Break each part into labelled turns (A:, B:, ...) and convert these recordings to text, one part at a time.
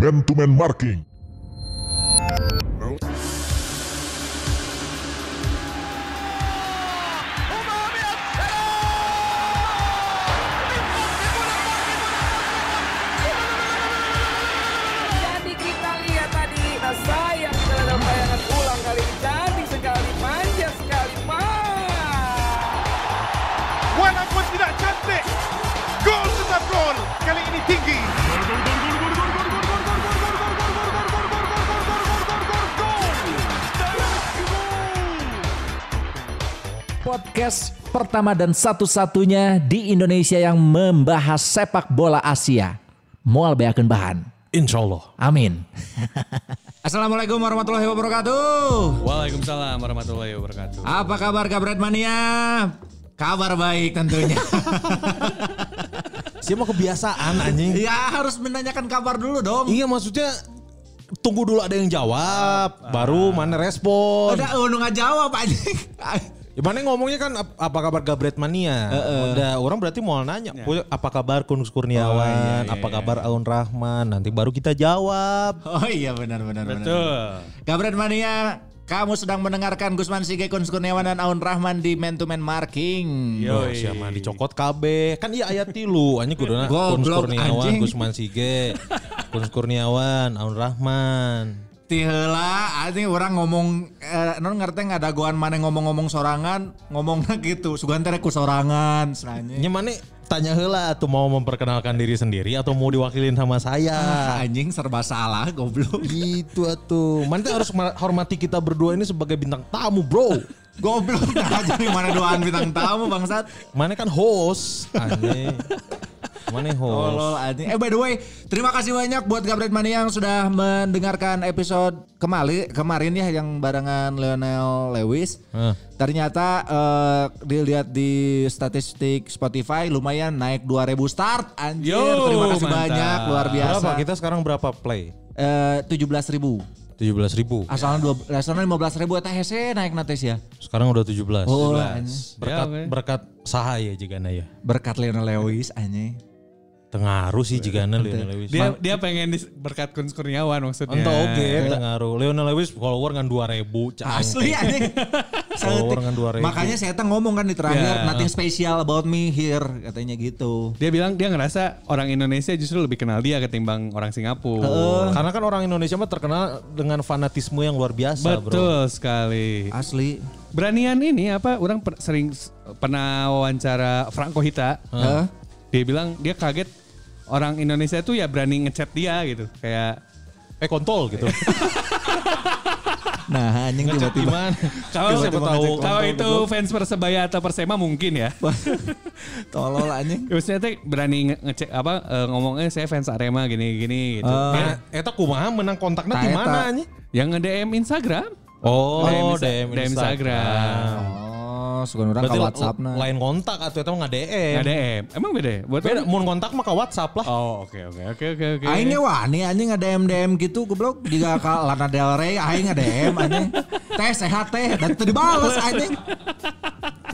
A: Man to man marking.
B: Jadi kita lihat tadi, nah sayang sekali dalam bayangan ulang kali ini cantik sekali, manja sekali, mah.
C: Walaupun tidak cantik, gol tetap gol. Kali ini tinggi.
D: podcast pertama dan satu-satunya di Indonesia yang membahas sepak bola Asia. Mual beakeun bahan.
E: Insya Allah.
D: Amin. Assalamualaikum warahmatullahi wabarakatuh.
E: Waalaikumsalam warahmatullahi wabarakatuh.
D: Apa kabar Kabret Mania? Kabar baik tentunya.
E: Dia mau kebiasaan anjing.
D: ya harus menanyakan kabar dulu dong.
E: Iya maksudnya tunggu dulu ada yang jawab,
D: Ah.
E: baru mana respon.
D: Udah unu nggak jawab aja.
E: Ya, mana ngomongnya kan ap- apa kabar Gabret Mania? Udah orang berarti mau nanya,
D: Ya.
E: "Puy, apa kabar Kunus Kurniawan?
D: Oh, iya,
E: Apa kabar Aun Rahman? Nanti baru kita jawab.
D: Oh iya benar benar benar. Kabret Mania, kamu sedang mendengarkan Gusman Sige Kun Kurniawan dan Aun Rahman di Man to Man Marking.
E: Wah, siapa dicokot KB? Kan iya ayat tilu, anjing kuduna
D: Goblok,
E: Kunus Kurniawan,
D: anjing.
E: Gusman Sige, Kunus Kurniawan, Aun Rahman.
D: Tihela, anjing orang ngomong eh, non ngerti nggak dagoan mana ngomong-ngomong sorangan, ngomongnya gitu. Sugan teh ku sorangan, seranya.
E: Nya mana tanya heula atau mau memperkenalkan diri sendiri atau mau diwakilin sama saya?
D: Ah, anjing serba salah, goblok.
E: gitu atuh. Mana teh harus menghormati kita berdua ini sebagai bintang tamu, Bro.
D: goblok nah, jadi mana doaan bintang tamu bangsat.
E: Mana kan host. Aneh. Mana host.
D: Tolol anjing. Eh by the way, terima kasih banyak buat Gabriel Mania yang sudah mendengarkan episode kemali kemarin ya yang barengan Lionel Lewis.
E: Hah.
D: Ternyata eh, dilihat di statistik Spotify lumayan naik 2000 start anjir.
E: Yo,
D: terima kasih
E: mantap.
D: banyak luar biasa. Eh,
E: Berapa kita sekarang berapa play?
D: tujuh belas ribu.
E: 17.000 ribu.
D: Asalnya dua, asalnya lima belas ribu eta hese naik nates ya.
E: Sekarang udah 17.
D: Oh,
E: 17. Berkat berkat sahaya jigana ya.
D: Berkat Lionel Lewis anjing.
E: Tengaruh sih jigana
D: ya.
E: Lionel Lewis.
F: Dia dia pengen dis- berkat Kun Kurniawan maksudnya.
E: Entah oke, tengaruh. Lionel Lewis follower ngan 2000. cang.
D: Asli anjing.
E: Follower ngan 2000.
D: Makanya saya tuh ngomong kan di terakhir
F: Ya.
D: nothing special about me here katanya gitu.
F: Dia bilang dia ngerasa orang Indonesia justru lebih kenal dia ketimbang orang Singapura.
E: Karena kan orang Indonesia mah terkenal dengan fanatisme yang luar biasa, bro.
F: Betul sekali.
D: Asli.
F: Beranian ini apa? Orang per- sering s- pernah wawancara Franco Hita.
D: Heeh.
F: Dia bilang dia kaget orang Indonesia tuh ya berani ngechat dia gitu. Kayak
E: Eh kontol gitu.
D: Nah, anjing
E: Ngechat di
D: tiba-tiba.
E: mana?
F: kalau
E: siapa tahu.
F: kalau itu fans Persebaya atau Persema mungkin ya.
D: Tolol anjing.
F: Ya, Maksudnya teh berani nge- ngecek apa eh, ngomongnya saya fans Arema gini gini gitu.
E: Eh, Eta kumaha menang kontaknya
D: Nah,
E: di
D: eta.
E: mana anjing?
F: Yang nge-DM Instagram.
E: Oh,
F: DM, Instagram.
D: Oh, suka orang
E: Berarti
D: ke
E: WhatsApp
D: WhatsApp nah.
E: lain kontak atau eta mah nggak DM.
F: Nggak DM. Emang beda ya? Buat
E: Beda, mun kontak mah ke WhatsApp lah.
F: Oh, oke oke oke oke oke.
D: Aingnya wani ya, anjing ada DM DM gitu goblok juga ka Lana Del Rey aing ada DM anjing. Teh sehat teh dan teu dibales anjing.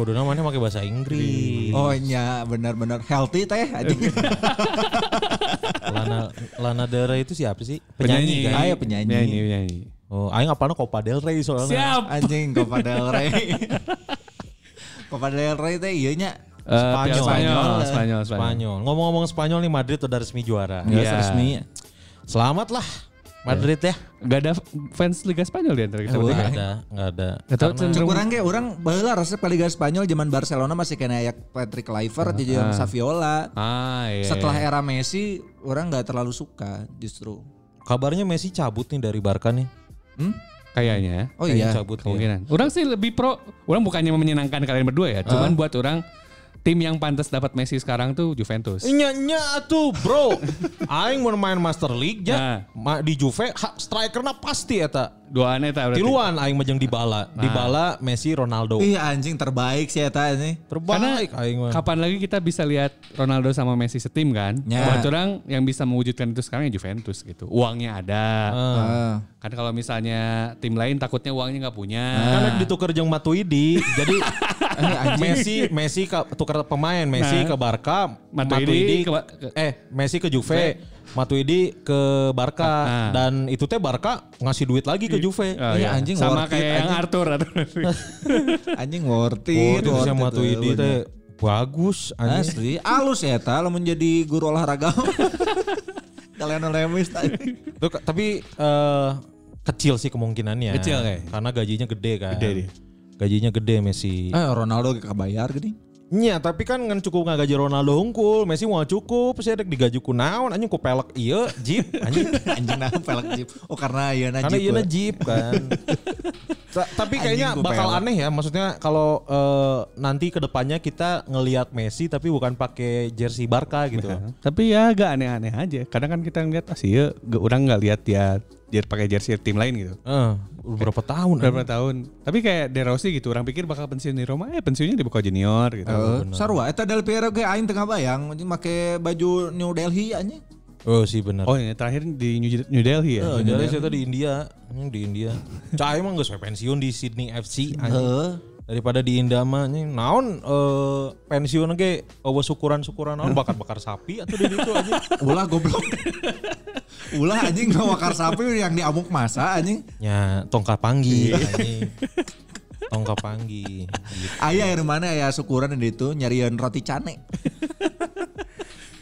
E: Kuduna mana pakai bahasa Inggris.
D: Oh iya benar-benar healthy teh anjing.
E: Lana Lana Del Rey itu siapa sih?
F: penyanyi.
E: kan?
D: Ayo penyanyi.
F: Penyanyi, penyanyi.
E: Oh, aing apalna Copa Del Rey soalnya.
F: Siap.
D: Anjing Copa del Rey. Copa del Rey teh ieu nya
F: Eh, Spanyol, Spanyol,
D: Spanyol.
F: Spanyol, Spanyol.
E: Spanyol. Ngomong-ngong Spanyol nih Madrid udah resmi juara.
D: Geus
F: Iya.
D: resmi.
E: Selamat lah Madrid ya.
F: Gak ada fans Liga Spanyol di antara kita
D: Eh,
F: bertiga.
E: Nggak ada, nggak ada.
F: Gak tau
D: Cek
F: cenderung.
D: urang ge urang baheula resep ka Liga Spanyol zaman Barcelona masih kena ayak Patrick Kluivert jadi jeung Saviola.
F: Ah iya.
D: Setelah era Messi orang nggak terlalu suka justru.
E: Kabarnya Messi cabut nih dari Barca nih.
D: Hmm?
F: Kayaknya.
D: Oh
E: Kayaknya
D: iya.
E: Cabut ya.
F: Kemungkinan. Orang sih lebih pro. Orang bukannya menyenangkan kalian berdua ya. Cuman buat orang tim yang pantas dapat Messi sekarang tuh Juventus.
E: Nya tuh bro. Aing mau main Master League ya.
F: Nah.
E: Ma, di Juve ha, strikerna pasti eta.
F: Dua aneh tak berarti. Nah.
E: Tiluan aing mah jeung Dybala. Dybala, Messi, Ronaldo.
D: Ih anjing terbaik sih eta ini.
E: Terbaik aing mah.
F: Kapan lagi kita bisa lihat Ronaldo sama Messi setim kan?
D: Ya.
F: Buat orang yang bisa mewujudkan itu sekarang ya Juventus gitu. Uangnya ada.
D: Heeh.
F: Kan
D: Ah.
F: kalau misalnya tim lain takutnya uangnya nggak punya.
E: Karena ditukar jeung Matuidi. jadi Messi Messi ke, tukar pemain Messi
F: Nah.
E: ke Barca
F: Matuidi
E: Matuidi,
F: ke Ba-
E: ke,
F: ke-
E: eh Messi ke Juve Matuidi ke Barca
F: Ah.
E: dan itu teh Barca ngasih duit lagi ke Juve
F: Oh,
D: Iya,
F: iya.
D: anjing
F: sama
D: worth
F: kayak
D: it,
F: yang
D: anjing.
F: Arthur Arthur.
D: anjing worth
E: Oh,
D: it
E: itu
D: worth
E: si
D: it,
E: Matuidi
D: bener.
E: teh bagus anjing.
D: Asli, alus ya ta, lamun jadi guru olahraga. Kalian oleh tadi.
E: Tuh, ka- tapi eh, kecil sih kemungkinannya.
F: Kecil, kayak.
E: Karena gajinya gede kan.
G: Gede dia.
E: Gajinya gede Messi.
D: Eh Ronaldo kebayar gini.
E: Iya, tapi kan ngan cukup nggak gaji Ronaldo hungkul, Messi mau cukup, sih ada digaji ku naon, anjing ku pelek iya, jeep, anjing.
D: Anjing nah pelek jeep. Oh karena iya na
E: Karena
D: jeep.
E: iya
D: we.
E: jeep kan. Ta- tapi kayaknya
D: Anjing, ku
E: bakal
D: pelek.
E: aneh ya, maksudnya kalau eh, nanti kedepannya kita ngelihat Messi tapi bukan pakai jersey Barca gitu.
F: Tapi ya agak aneh-aneh aja. Kadang kan kita ngeliat ah sih ya, ge- orang nggak lihat dia dia pakai jersey tim lain gitu.
E: Eh, udah berapa tahun?
F: Berapa
D: Hmm.
F: tahun. Tapi kayak De Rossi gitu, orang pikir bakal pensiun di Roma, eh pensiunnya di Boca Junior gitu.
D: Eh, sarua eta Del Piero ge aing tengah bayang anjing make baju New Delhi anjing.
E: Oh sih benar.
F: Oh, ini terakhir di New, New Delhi ya.
D: Oh,
E: Eh,
D: iya.
E: jadi saya tadi di India, Ini di India. Cah emang gak pensiun di Sydney FC anjing.
D: Heeh.
E: Daripada di Indama anjing. naon eh, pensiun ge eueuh syukuran-syukuran naon bakar-bakar sapi atau di ditu anjing.
D: Ulah goblok. Ulah anjing ngawakar sapi yang diamuk masa anjing.
E: Ya tongka panggi anjing. Tongka panggi. Gitu.
D: Ayah yang mana ya syukuran di itu nyarian roti cane.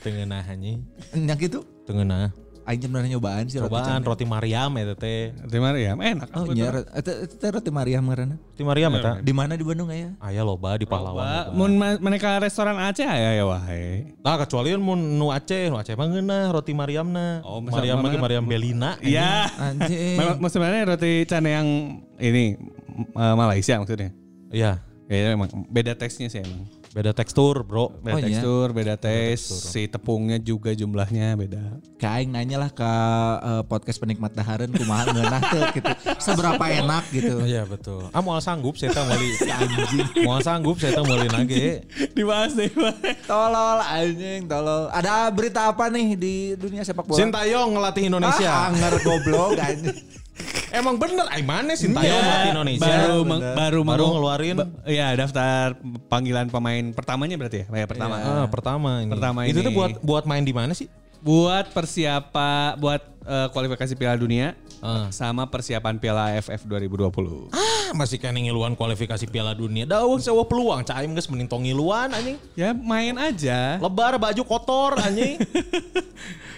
E: Tengenah anjing.
D: Yang gitu.
E: Tengenah.
D: Aing pernah nyobaan sih
E: Cobaan
D: roti cane.
E: roti Mariam ya teh.
F: Terima kasih, ya. Enak.
D: Oh iya, roti- eta eta roti Maria merana.
E: Roti Mariam eta.
D: Di mana di Bandung ayah?
E: Aya Iya, loba di Pahlawan. loba.
F: Mun ma- mereka restoran Aceh ya ya wahai.
E: Nah kecuali mun nu Aceh, nu Aceh mah ngeunah roti Mariamna.
F: Oh, masa
E: Mariam lagi
F: mana?
E: Mariam Belina. anjing.
F: Iya.
D: Anjing.
F: Memang sebenarnya roti cane yang ini eh, Malaysia maksudnya.
E: Iya.
F: Kayaknya emang beda teksnya sih emang.
E: Beda tekstur, Bro.
D: Oh,
F: Beda
D: iya?
F: tekstur, beda tes, si tepungnya juga jumlahnya beda.
D: Kayak nanya lah ke eh, podcast penikmat daharen kumaha ngeunah teu gitu. Seberapa enak gitu.
E: Oh iya betul. Ah moal sanggup saya tahu beli anjing. Moal sanggup saya tahu beli nage.
F: Dibahas deh,
D: Tolol anjing, tolol. Ada berita apa nih di dunia sepak bola?
E: Sintayong ngelatih
D: Ah,
E: Indonesia.
D: anger goblok anjing.
E: Emang bener ay mana Sintayong ngelatih Indonesia?
F: Iya. Baru meng- baru
E: Baru
F: mengu-
E: ngeluarin.
F: ba- Iya, daftar panggilan pemain pertamanya berarti ya? Pemain pertama.
E: Ah, pertama ini.
F: Pertama
E: Itu
F: ini.
E: tuh buat buat main di mana sih?
F: Buat persiapan buat eh, kualifikasi Piala Dunia sama persiapan Piala AFF 2020.
E: Ah, masih kan ngiluan kualifikasi Piala Dunia. Dawuh sewa peluang, caim geus mending tong ngiluan anjing.
F: Ya main aja.
E: Lebar baju kotor anjing.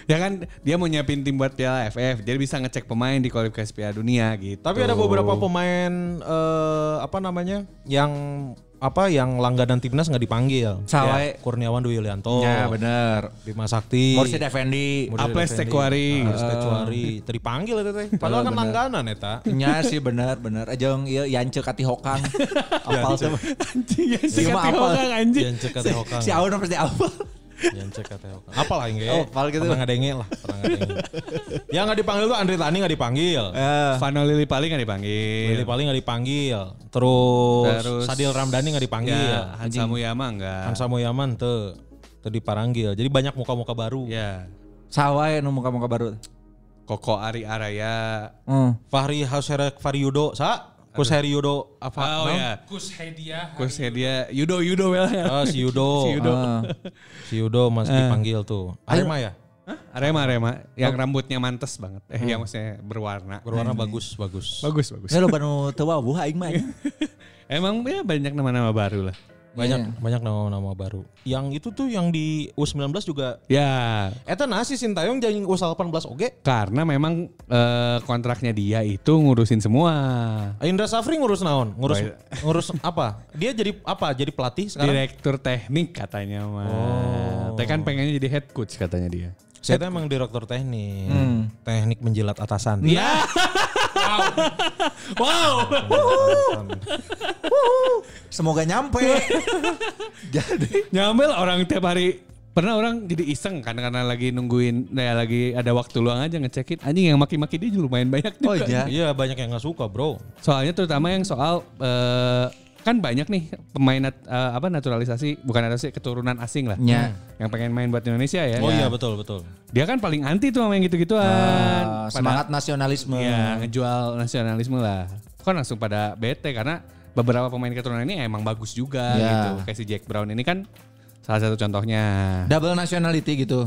F: Ya kan dia mau nyiapin tim buat Piala AFF, jadi bisa ngecek pemain di kualifikasi Piala Dunia gitu.
E: Tapi ada beberapa pemain eh, apa namanya? yang apa yang langganan timnas nggak dipanggil. Kayak
D: Saleh.
E: Kurniawan Dwi Yulianto.
D: Ya bener.
E: Bima Sakti.
D: Morsi Effendi.
F: Aples Tekwari. Eh,
E: Harus tecuari. Tadi panggil itu teh. Padahal kan langganan eta.
D: Nya sih benar benar aja yang iya Yance Kati Hokang. Apal tuh.
F: anjing ya
D: Iya, mah, apa?
F: orang anjing.
E: Yang cek teh hokang.
D: Si Aun pasti apal.
E: Yang cek teh hokang. Apa lah yang
D: Oh, apal gitu.
E: Pernah ngadenge lah, pernah ngadenge. Yang nggak dipanggil tuh Andri Tani nggak dipanggil.
F: Vano Lili paling kan dipanggil.
E: Lili paling nggak dipanggil. Terus, Sadil Ramdhani nggak dipanggil.
F: Ya, Hansa Muyama enggak.
E: Hansa Moyaman tuh tadi dipanggil. Jadi banyak muka-muka baru.
F: Ya.
D: Sawai nu muka-muka baru.
F: Koko Ari Araya.
D: Hmm.
E: Fahri Hausherek Fariyudo, sa? Kus Heriyudo apa?
F: Oh
E: naon?
F: ya. Kus Hedia. Kus Hedia. Yudo Yudo well.
E: Ah, si Yudo. si Yudo.
D: Ah.
E: masih dipanggil tuh. Arema ya?
F: Hah? Arema Arema yang rambutnya mantes banget. Eh yang maksudnya berwarna.
E: Berwarna bagus, bagus.
F: Bagus bagus.
D: Ya lo banu teu wabuh aing mah. anjing.
F: Emang ya banyak nama-nama baru lah.
E: banyak banyak nama-nama baru. Yang itu tuh yang di U19 juga
F: Ya,
E: eta nasi Sintayong jadi U18 oge.
F: karena memang eh, kontraknya dia itu ngurusin semua.
E: Indra Safri ngurus naon? Ngurus
F: Baik.
E: ngurus apa? Dia jadi apa? Jadi pelatih sekarang.
F: Direktur teknik katanya mah. Teh kan pengennya jadi head coach katanya dia.
E: Saya tuh emang direktur teknik.
F: Hmm.
E: Teknik menjilat atasan.
F: Ya. wow.
D: Semoga nyampe. Jadi
F: Nyamel orang tiap hari pernah orang jadi iseng kan karena lagi nungguin ya lagi ada waktu luang aja ngecekin anjing yang maki-maki dia juga lumayan banyak juga.
D: Oh, iya.
E: Iya, banyak yang nggak suka, Bro.
F: Soalnya terutama yang soal eh, kan banyak nih pemain nat- eh, apa naturalisasi bukan naturalisasi keturunan asing lah.
D: Iya.
F: Yang pengen main buat Indonesia ya.
E: Oh iya, betul, betul.
F: Dia kan paling anti tuh sama yang
D: Ah,
F: gitu-gituan.
D: semangat nasionalisme.
F: Iya, ngejual nasionalisme lah. Kan langsung pada bete karena beberapa pemain keturunan ini emang bagus juga
E: Iya.
H: Ya.
F: gitu. Kayak si Jack Brown ini kan salah satu contohnya.
H: Double nationality gitu.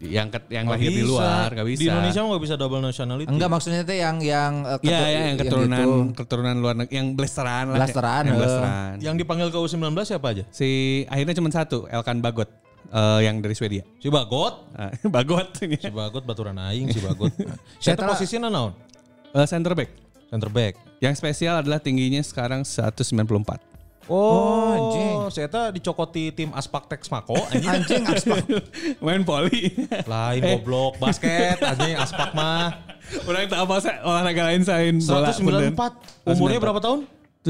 F: yang ke- yang
E: Nggak
F: lahir di
E: bisa.
F: luar nggak bisa.
E: Di Indonesia mah gak bisa double nationality.
H: Enggak maksudnya teh yang yang eh,
E: Iya,
F: Ya,
H: ketu-
F: ya,
E: gitu.
F: yang keturunan
D: gitu.
F: keturunan luar negeri yang blasteran lah.
H: Blasteran,
F: Yang
H: eh.
F: blasteran.
E: Yang dipanggil ke U19 siapa aja?
F: Si akhirnya cuma satu, Elkan Bagot eh, yang dari Swedia.
E: Si Bagot.
F: Ah, Bagot ini.
E: Si Bagot baturan aing si Bagot.
H: Saya
E: Saya
H: telah-
E: posisinya naon?
F: Eh, center back.
E: Center back.
F: Yang spesial adalah tingginya sekarang 194.
E: Oh,
H: anjing.
E: Saya teh dicokoti tim Aspak Tex Mako Eh, anjing. Eh.
H: Anjing aspak.
F: Main poli.
E: Lain goblok basket anjing Aspak mah.
F: Orang tak apa saya olahraga lain selain bola.
E: 194. Umurnya
F: 194.
E: berapa tahun?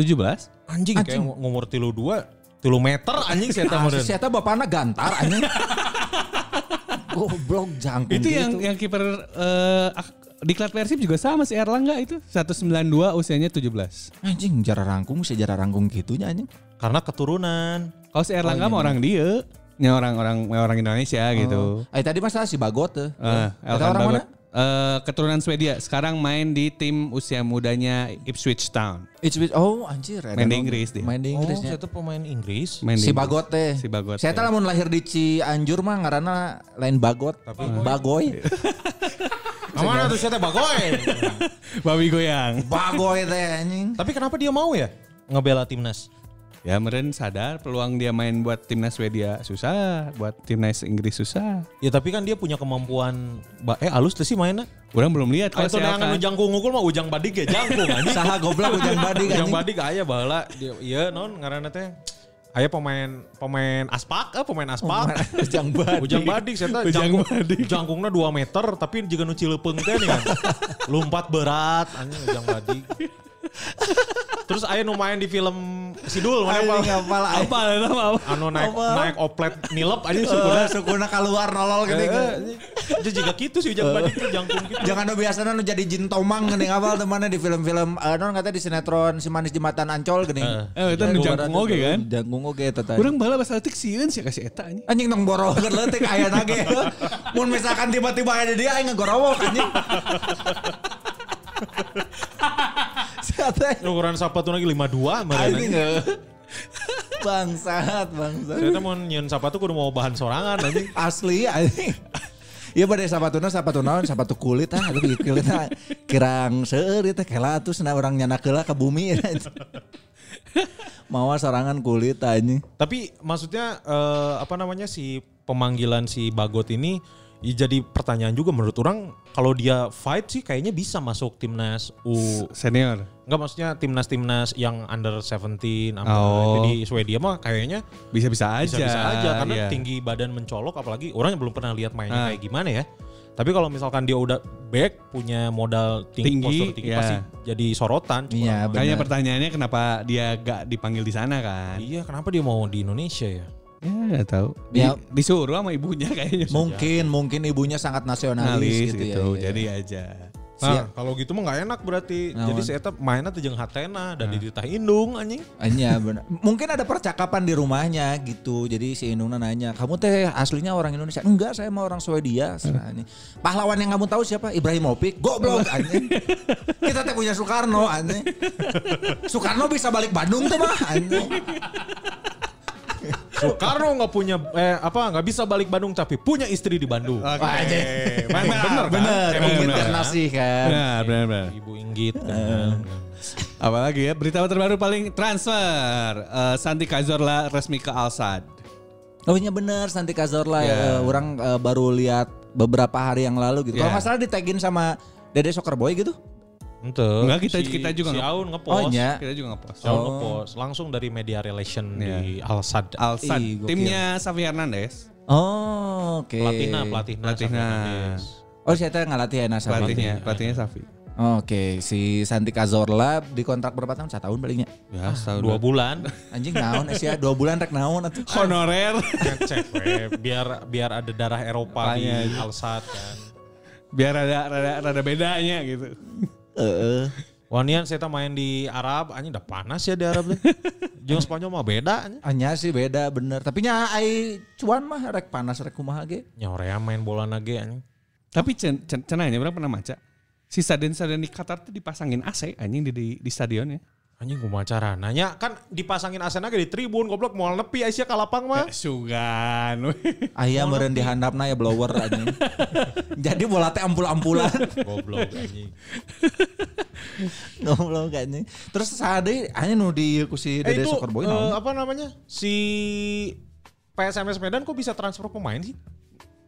F: 17.
E: Anjing, kayak ngumur tilu dua, tilu meter anjing saya teh
H: Asli
E: meureun.
H: saya teh bapana gantar anjing. Goblok jangkung.
F: Itu
H: gitu.
F: yang yang kiper eh, ak- di Diklat Persib juga sama si Erlangga itu 192 usianya 17.
H: anjing jarang rangkung sih jarang rangkung gitunya anjing.
E: Karena keturunan.
F: Kalau si Erlangga
H: Oh, iya,
F: mah orang dia, nya orang-orang orang Indonesia gitu.
H: Eh tadi masalah si Bagot tuh.
F: Eh,
H: Kata
F: Elkan
H: Iya. orang
F: Bagot.
H: mana?
F: Eh, keturunan Swedia. Sekarang main di tim usia mudanya Ipswich Town.
H: It's with- oh anjir.
F: Main di Inggris dia.
H: Main di
E: Oh,
H: Inggrisnya.
E: saya tuh pemain Inggris.
F: Main
H: si
F: di-
H: Bagot teh.
F: Si Bagot.
H: Saya teh lamun lahir di Cianjur mah ngaranna lain Bagot. Bagoy.
F: Iya.
E: Kemana tuh saya teh Bagoy?
F: Babi goyang.
H: Bagoy teh anjing.
E: Tapi kenapa dia mau ya ngebela timnas?
F: Ya meren sadar peluang dia main buat timnas Swedia susah, buat timnas Inggris susah.
E: Ya tapi kan dia punya kemampuan ba- eh alus tuh sih mainnya.
F: Orang belum lihat
E: Kalau tuh
F: kalau si
E: neangan
F: Elkan.
E: ujang kungukul mah ujang badik ya jangkung anjing.
H: Saha goblok ujang badik
E: Ujang
H: anjing.
E: badik aya baheula dia iya non ngaranna teh aya pemain pemain aspak eh pemain aspak.
H: Oh, Ujang badik.
E: Ujang badik saya teh
F: Ujang
E: jangkung,
F: badik.
E: jangkungna 2 meter tapi juga nu cilepeung teh nih kan. Lompat berat anjing ujang badik. Terus aya nu main di film Sidul mana
H: Anjing
E: apa?
H: apa lah.
F: Apa ada nama apa?
E: Anu naik
H: Apa?
E: naik oplet nilep anjing
H: Sukuna
E: syukurna
H: sukuna keluar nolol
D: Eh,
H: gitu.
E: itu juga gitu sih ujang badik tuh jangkung gitu.
H: Jangan nu biasana nu jadi jin tomang geuning apa temannya di film-film eh non kata di sinetron si manis jembatan ancol geuning.
F: Eh, itu nu jangkung oge kan?
H: Jangkung oge eta tadi.
F: Orang bala bahasa letik sieun sih kan? kasih eta anjing.
H: Anjing nong borokan leutik aya nage. Mun misalkan tiba-tiba ada dia aing ngegorowok anjing. Sate.
E: Ukuran sepatu lagi 52
H: Anjing.
E: kemarin.
H: eh. Bangsat, bangsat.
E: Saya mau nyen sepatu kudu mau bahan sorangan anjing.
H: Asli anjing. Iya pada sapatuna sapatu naon sapatu kulit ah tapi kulit ah kirang seueur ieu teh kela atuh cenah urang nyana keula ka bumi ya. Mawa sorangan kulit anjing.
E: Tapi maksudnya eh, apa namanya si pemanggilan si Bagot ini ya jadi pertanyaan juga menurut orang kalau dia fight sih kayaknya bisa masuk timnas U
F: Senior.
E: Enggak maksudnya timnas-timnas yang under 17 under,
F: Oh.
E: jadi Swedia mah kayaknya
F: Bisa-bisa aja.
E: bisa-bisa aja karena
F: iya.
E: tinggi badan mencolok apalagi orang yang belum pernah lihat mainnya
F: Ah.
E: kayak gimana ya. Tapi kalau misalkan dia udah back punya modal tinggi,
F: Tinggi,
E: postur tinggi
F: ya.
E: pasti jadi sorotan. Cuma
H: Iya,
E: orang-
F: Kayaknya
H: benar.
F: pertanyaannya kenapa dia gak dipanggil di sana kan?
E: Iya, kenapa dia mau di Indonesia ya?
F: Ya gak tahu. Di,
H: Ya.
F: Disuruh sama ibunya kayaknya.
H: Mungkin mungkin ibunya sangat nasionalis
F: Analis
H: gitu,
F: gitu,
H: ya. iya.
F: jadi aja.
H: Siap.
E: Nah, kalau gitu mah nggak enak berarti.
H: Nah, wan.
E: Jadi
H: Nah.
E: saya tetap mainnya tuh jeung hatena dan dititah indung anjing.
H: Iya benar. Mungkin ada percakapan di rumahnya gitu. Jadi si Indungna nanya, kamu teh aslinya orang Indonesia? Enggak, saya mah orang Swedia. Serah anjing. Pahlawan yang kamu tahu siapa? Ibrahimovic. Goblok anjing. Kita teh punya Soekarno anjing. Soekarno bisa balik Bandung tuh mah anjing.
E: Soekarno nggak punya eh apa nggak bisa balik Bandung tapi punya istri di Bandung.
H: Wah, anjing.
E: Emang bener, kan?
H: Bener,
E: Emang
H: Inggit
E: bener, kan?
H: Bernasih kan.
F: Benar, benar, benar.
E: Ibu Inggit
H: Eh.
E: kan.
F: Apalagi ya, berita terbaru paling transfer. Eh, Santi Cazorla resmi ke Al Sadd.
H: Oh iya bener Santi Cazorla ya.
E: Iya.
H: Eh, Orang eh, baru lihat beberapa hari yang lalu gitu.
E: Iya.
H: Kalau
F: Ya.
H: nggak salah ditagin sama Dede Soccer Boy gitu.
E: Ente.
F: Enggak, kita- kita
E: si
F: juga nge-
E: Aun ngepost.
H: Oh, iya.
F: Kita juga
E: Si
F: ngepost.
E: Aun ngepost langsung dari media relation di
H: Iya.
E: Al Sadd.
F: Al Sadd,
H: Ih, gokil.
F: timnya Safi Hernandez.
H: Oh, oke.
E: Platina, Platina,
F: Platina.
H: Oh, saya teh ngalatih Ena sama.
F: Pelatihnya, pelatihnya Safi.
H: Oke, si Santi Cazorla dikontrak berapa tahun? Satu tahun palingnya.
F: Ya, setahun
E: Dua bulan.
H: Anjing naon eh, sia dua bulan rek naon atuh.
F: Honorer.
E: Cek we, biar biar ada darah Eropa di
F: Makanya.
E: Al Sadd kan.
F: Biar rada, rada, rada bedanya gitu.
H: Heeh.
E: Wanian saya teh main di Arab, anjing udah panas ya di Arab deh. Jeung Spanyol mah beda anjing.
H: Anya Ah, sih beda bener. Tapi nya ai cuan mah rek panas rek kumaha ge.
E: Nyorea main bola nage anjing.
F: Tapi cen, cen, cenanya orang pernah maca. Si stadion-stadion di Qatar tuh dipasangin AC anjing di, di, di stadionnya.
E: Anjing kumaha cara nanya kan dipasangin asen aja di tribun goblok moal nepi Aisyah ka lapang mah.
F: Sugan.
H: Ayah meren di handapna ya blower anjing. Jadi bola teh ampul-ampulan.
E: goblok anjing.
H: Goblok anjing. Terus sade hanya nu di kusi
E: Eh
H: Dede
E: itu
H: Soccer Boy
E: eh,
H: naon?
E: apa namanya? Si PSMS Medan kok bisa transfer pemain sih?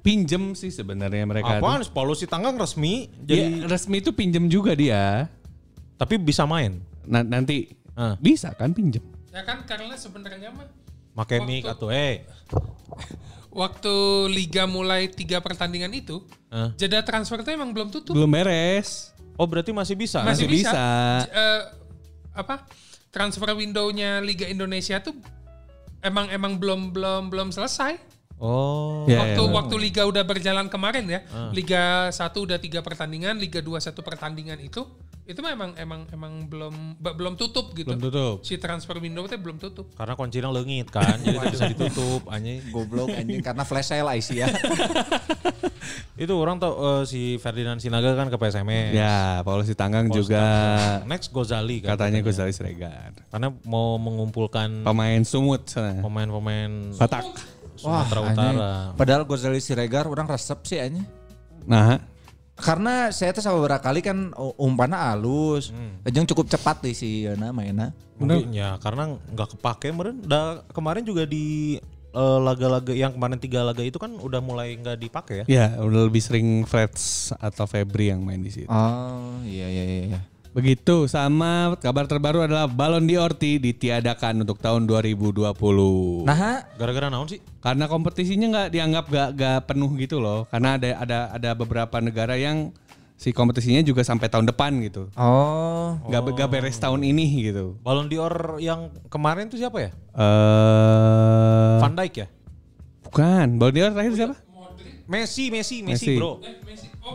F: Pinjem sih sebenarnya mereka. tuh.
E: Apaan? Polusi tanggang resmi.
F: Ya,
E: Jadi
F: resmi itu pinjem juga dia.
E: Iya. tapi bisa main.
F: Na- nanti
E: Ah.
F: bisa kan pinjem.
B: Ya kan karena sebenarnya mah
E: Make mic atau eh.
B: waktu liga mulai tiga pertandingan itu
E: Hah?
B: jeda transfer itu emang belum tutup.
F: Belum beres.
E: Oh berarti masih bisa.
B: masih,
F: masih
B: bisa.
F: bisa.
B: J- eh, apa transfer window-nya Liga Indonesia tuh emang emang belum belum belum selesai.
E: Oh.
F: Ya,
B: waktu
F: ya, benar.
B: waktu liga udah berjalan kemarin ya.
E: Ah.
B: Liga 1 udah tiga pertandingan, Liga 2 satu pertandingan itu itu mah emang emang emang belum ba- belum tutup gitu.
E: Belum tutup.
B: Si transfer window itu belum tutup.
E: Karena kuncinya lengit kan, jadi tidak bisa ditutup anjing.
H: Goblok anjing karena flash sale Aisyah.
E: Itu orang tau eh, si Ferdinand Sinaga kan ke PSMS.
F: Ya, Polusi Tanggang
E: Paul
F: juga.
E: Stanley. Next Gozali kan.
F: Katanya gue Salis Regan.
E: Karena mau mengumpulkan
F: Pemain Sumut. sana.
E: pemain-pemain
F: Batak.
E: Sumatera
H: anjing.
E: Utara.
H: Padahal Gozali Siregar orang resep sih anjing.
F: Nah,
H: Karena saya tuh beberapa kali kan u- umpana alus,
E: Hmm.
H: jeung cukup cepat di si Yona mainna.
E: Mungkin ya karena nggak kepake meren. Da, kemarin juga di eh, laga-laga yang kemarin tiga laga itu kan udah mulai nggak dipakai ya.
F: ya udah lebih sering Freds atau Febri yang main di situ.
H: Oh, iya iya iya.
F: Begitu sama kabar terbaru adalah Balon Diorti ditiadakan untuk tahun 2020.
H: Nah, ha,
E: Gara-gara naon sih?
F: karena kompetisinya nggak dianggap gak, gak penuh gitu loh. Karena ada ada ada beberapa negara yang si kompetisinya juga sampai tahun depan gitu.
H: oh,
F: Gak, be- gak beres tahun ini gitu.
E: Balon Dior yang kemarin tuh siapa ya?
F: Eh
E: Van Dijk ya?
F: bukan. Balon Dior terakhir siapa?
E: Messi, Messi, Messi,
F: Messi.
E: bro.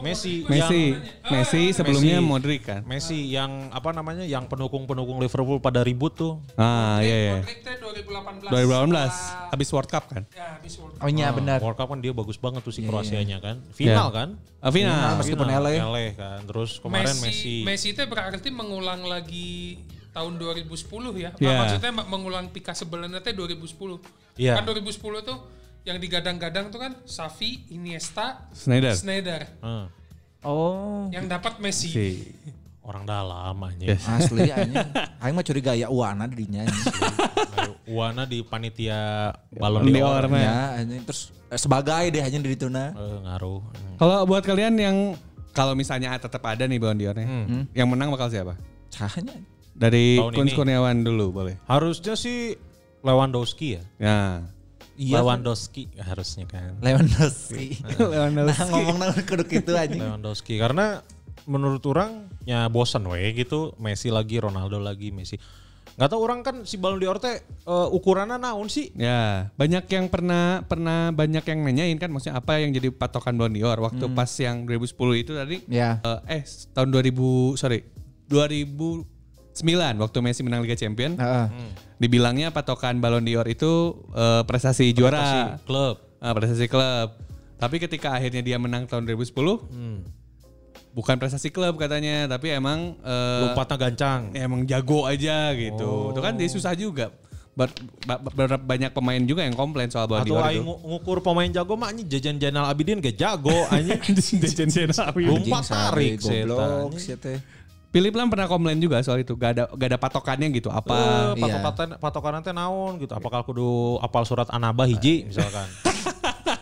E: Messi,
F: Messi.
E: yang-
F: Messi sebelumnya
E: Messi.
F: Modric kan.
E: Messi yang apa namanya? Yang pendukung-pendukung Liverpool pada ribut tuh.
F: Ah iya iya.
B: Modric teh 2018.
F: 2018 habis World Cup kan.
B: Ya, habis World Cup.
H: oh iya benar.
E: World Cup kan dia bagus banget tuh si Kroasianya kan. Final
F: Iya.
E: kan?
F: Ah, final.
H: Meskipun LA.
E: LA kan. Terus kemarin Messi.
B: Messi Messi itu berarti mengulang lagi tahun 2010 ya. Nah,
F: Ya.
B: Maksudnya ma- mengulang pika sebelannya teh 2010.
E: Iya.
B: Kan 2010 tuh yang digadang-gadang tuh kan Xavi, Iniesta,
F: Snyder.
B: Schneider.
E: Eh,
H: Oh,
B: Yang dapat Messi.
F: Si
E: orang dalam aja.
F: Yes.
H: asli anjing. Aing mah curiga ya uana dirinya. anjing.
E: Wana di panitia Balon
F: Balon
E: Dior.
F: Dior. Karena-
H: Ya, anjing terus eh, sebagai deh hanya di tuna.
E: Eh, ngaruh.
F: Kalau buat kalian yang kalau misalnya tetap ada nih Balon Diornya,
H: Hmm.
F: yang menang bakal siapa?
H: Caranya.
F: Dari
E: Hmm. Tahun
F: Kun
E: ini.
F: Kurniawan dulu boleh.
E: Harusnya sih Lewandowski ya.
F: Ya.
H: Iya.
E: Lewandowski harusnya kan.
H: Lewandowski. Nah,
F: Lewandowski.
H: ngomong keduk itu anjing.
E: Lewandowski karena menurut orang ya bosen we gitu Messi lagi Ronaldo lagi Messi nggak tahu orang kan si Ballon d'Or teh eh, ukurannya naon sih
F: Ya, banyak yang pernah pernah banyak yang nanyain kan maksudnya apa yang jadi patokan Ballon d'Or waktu pas yang 2010 itu tadi
H: Hmm. Ya.
F: eh eh, tahun 2000 sorry 2009 waktu Messi menang Liga Champion
H: Heeh.
F: Hmm. dibilangnya patokan Ballon d'Or itu eh, prestasi juara
E: klub
F: Ah, prestasi klub tapi ketika akhirnya dia menang tahun 2010
E: Hmm.
F: bukan prestasi klub katanya tapi emang eh,
E: lompatnya gancang
F: Ya, emang jago aja
E: Oh.
F: gitu. Itu kan dia susah juga. Ber- ba- ba- banyak pemain juga yang komplain soal Ballon
E: atau
F: d'Or
E: aing
F: itu.
E: ngu- ngukur pemain jago mah anjing jajan Jainal Abidin gak jago
F: Iya.
E: anjing
F: Jajan Sena.
E: Lumpat
H: Anjing sari,
E: tarik sih,
H: goblok
E: anjing.
H: sih teh.
F: Philip Lam pernah komplain juga soal itu. Gak ada gak ada patokannya gitu. Apa?
E: Eh,
H: Iya.
E: patokan patokan teh naon gitu apakah kudu apal surat anaba hiji misalkan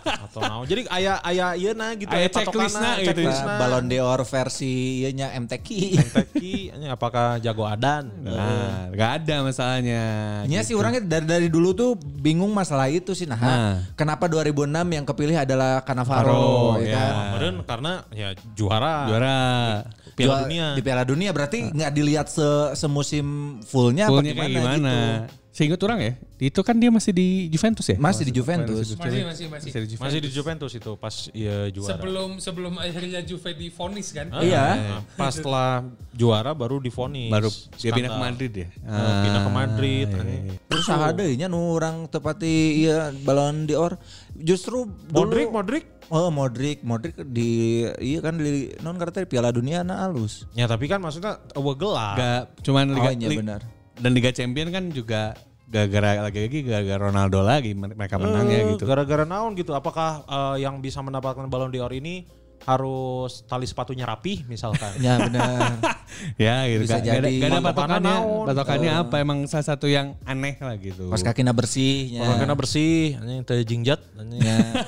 E: atau naon jadi aya aya ieuna gitu
F: Aya
E: aya patokanna
F: checklistna gitu.
E: checklistna.
H: Balon d'Or versi ieu nya MTQ.
E: Teki, anjing, apakah jago adan
F: Nah, gak ada masalahnya.
E: Iya.
H: Nya Iya sih orangnya dari dari dulu tuh bingung masalah itu sih nah.
F: Nah.
H: Kenapa 2006 yang kepilih adalah Cannavaro
F: Cannavaro,
H: ya
D: iya.
F: ya.
H: kan?
E: Kemarin iya. karena ya juara.
F: Juara.
E: Piala
H: Jual-
E: dunia.
H: Di Piala Dunia berarti nggak dilihat se semusim fullnya
F: Golnya
H: apa
F: kayak
H: gimana,
F: gimana?
H: gitu.
F: Seingat orang ya, itu kan dia masih di Juventus ya?
H: Masih di Juventus.
B: Masih masih masih.
F: Masih di Juventus.
E: Masih di Juventus itu pas ya juara.
B: Sebelum sebelum akhirnya Juve divonis kan.
E: Ah,
H: Iya.
E: Pas setelah juara baru difonis.
F: Baru dia
E: Skandal.
F: pindah ke Madrid ya.
E: Eh, pindah ke Madrid. anjing.
H: Terus saha deui nya nu urang tepati ieu Ballon d'Or justru dulu-
E: Modric, Modric.
H: Oh Modric, Modric di iya kan di non karena tadi Piala Dunia nah, na alus. eh,
E: Ya tapi kan maksudnya awe gelar.
F: Gak, cuman
H: Oh
F: Liga,
H: iya
F: Lig-
H: benar.
F: dan Liga Champion kan juga gara-gara lagi-lagi gara-gara Ronaldo lagi mereka menang ya
E: Eh,
F: gitu.
E: Gara-gara naon gitu. Apakah eh, yang bisa mendapatkan Ballon d'Or ini harus tali sepatunya rapi misalkan?
H: Ya benar.
F: ya gitu
H: Bisa
F: kan. Gak ada,
H: jadi.
F: gak ada
E: Patokannya
F: patokannya,
E: naon?
F: patokannya apa emang salah satu yang aneh lah gitu.
H: Pas kakinya bersih.
E: Kalau
H: Ya.
E: kena bersih, anjing teh jingjat, anjing
H: ya.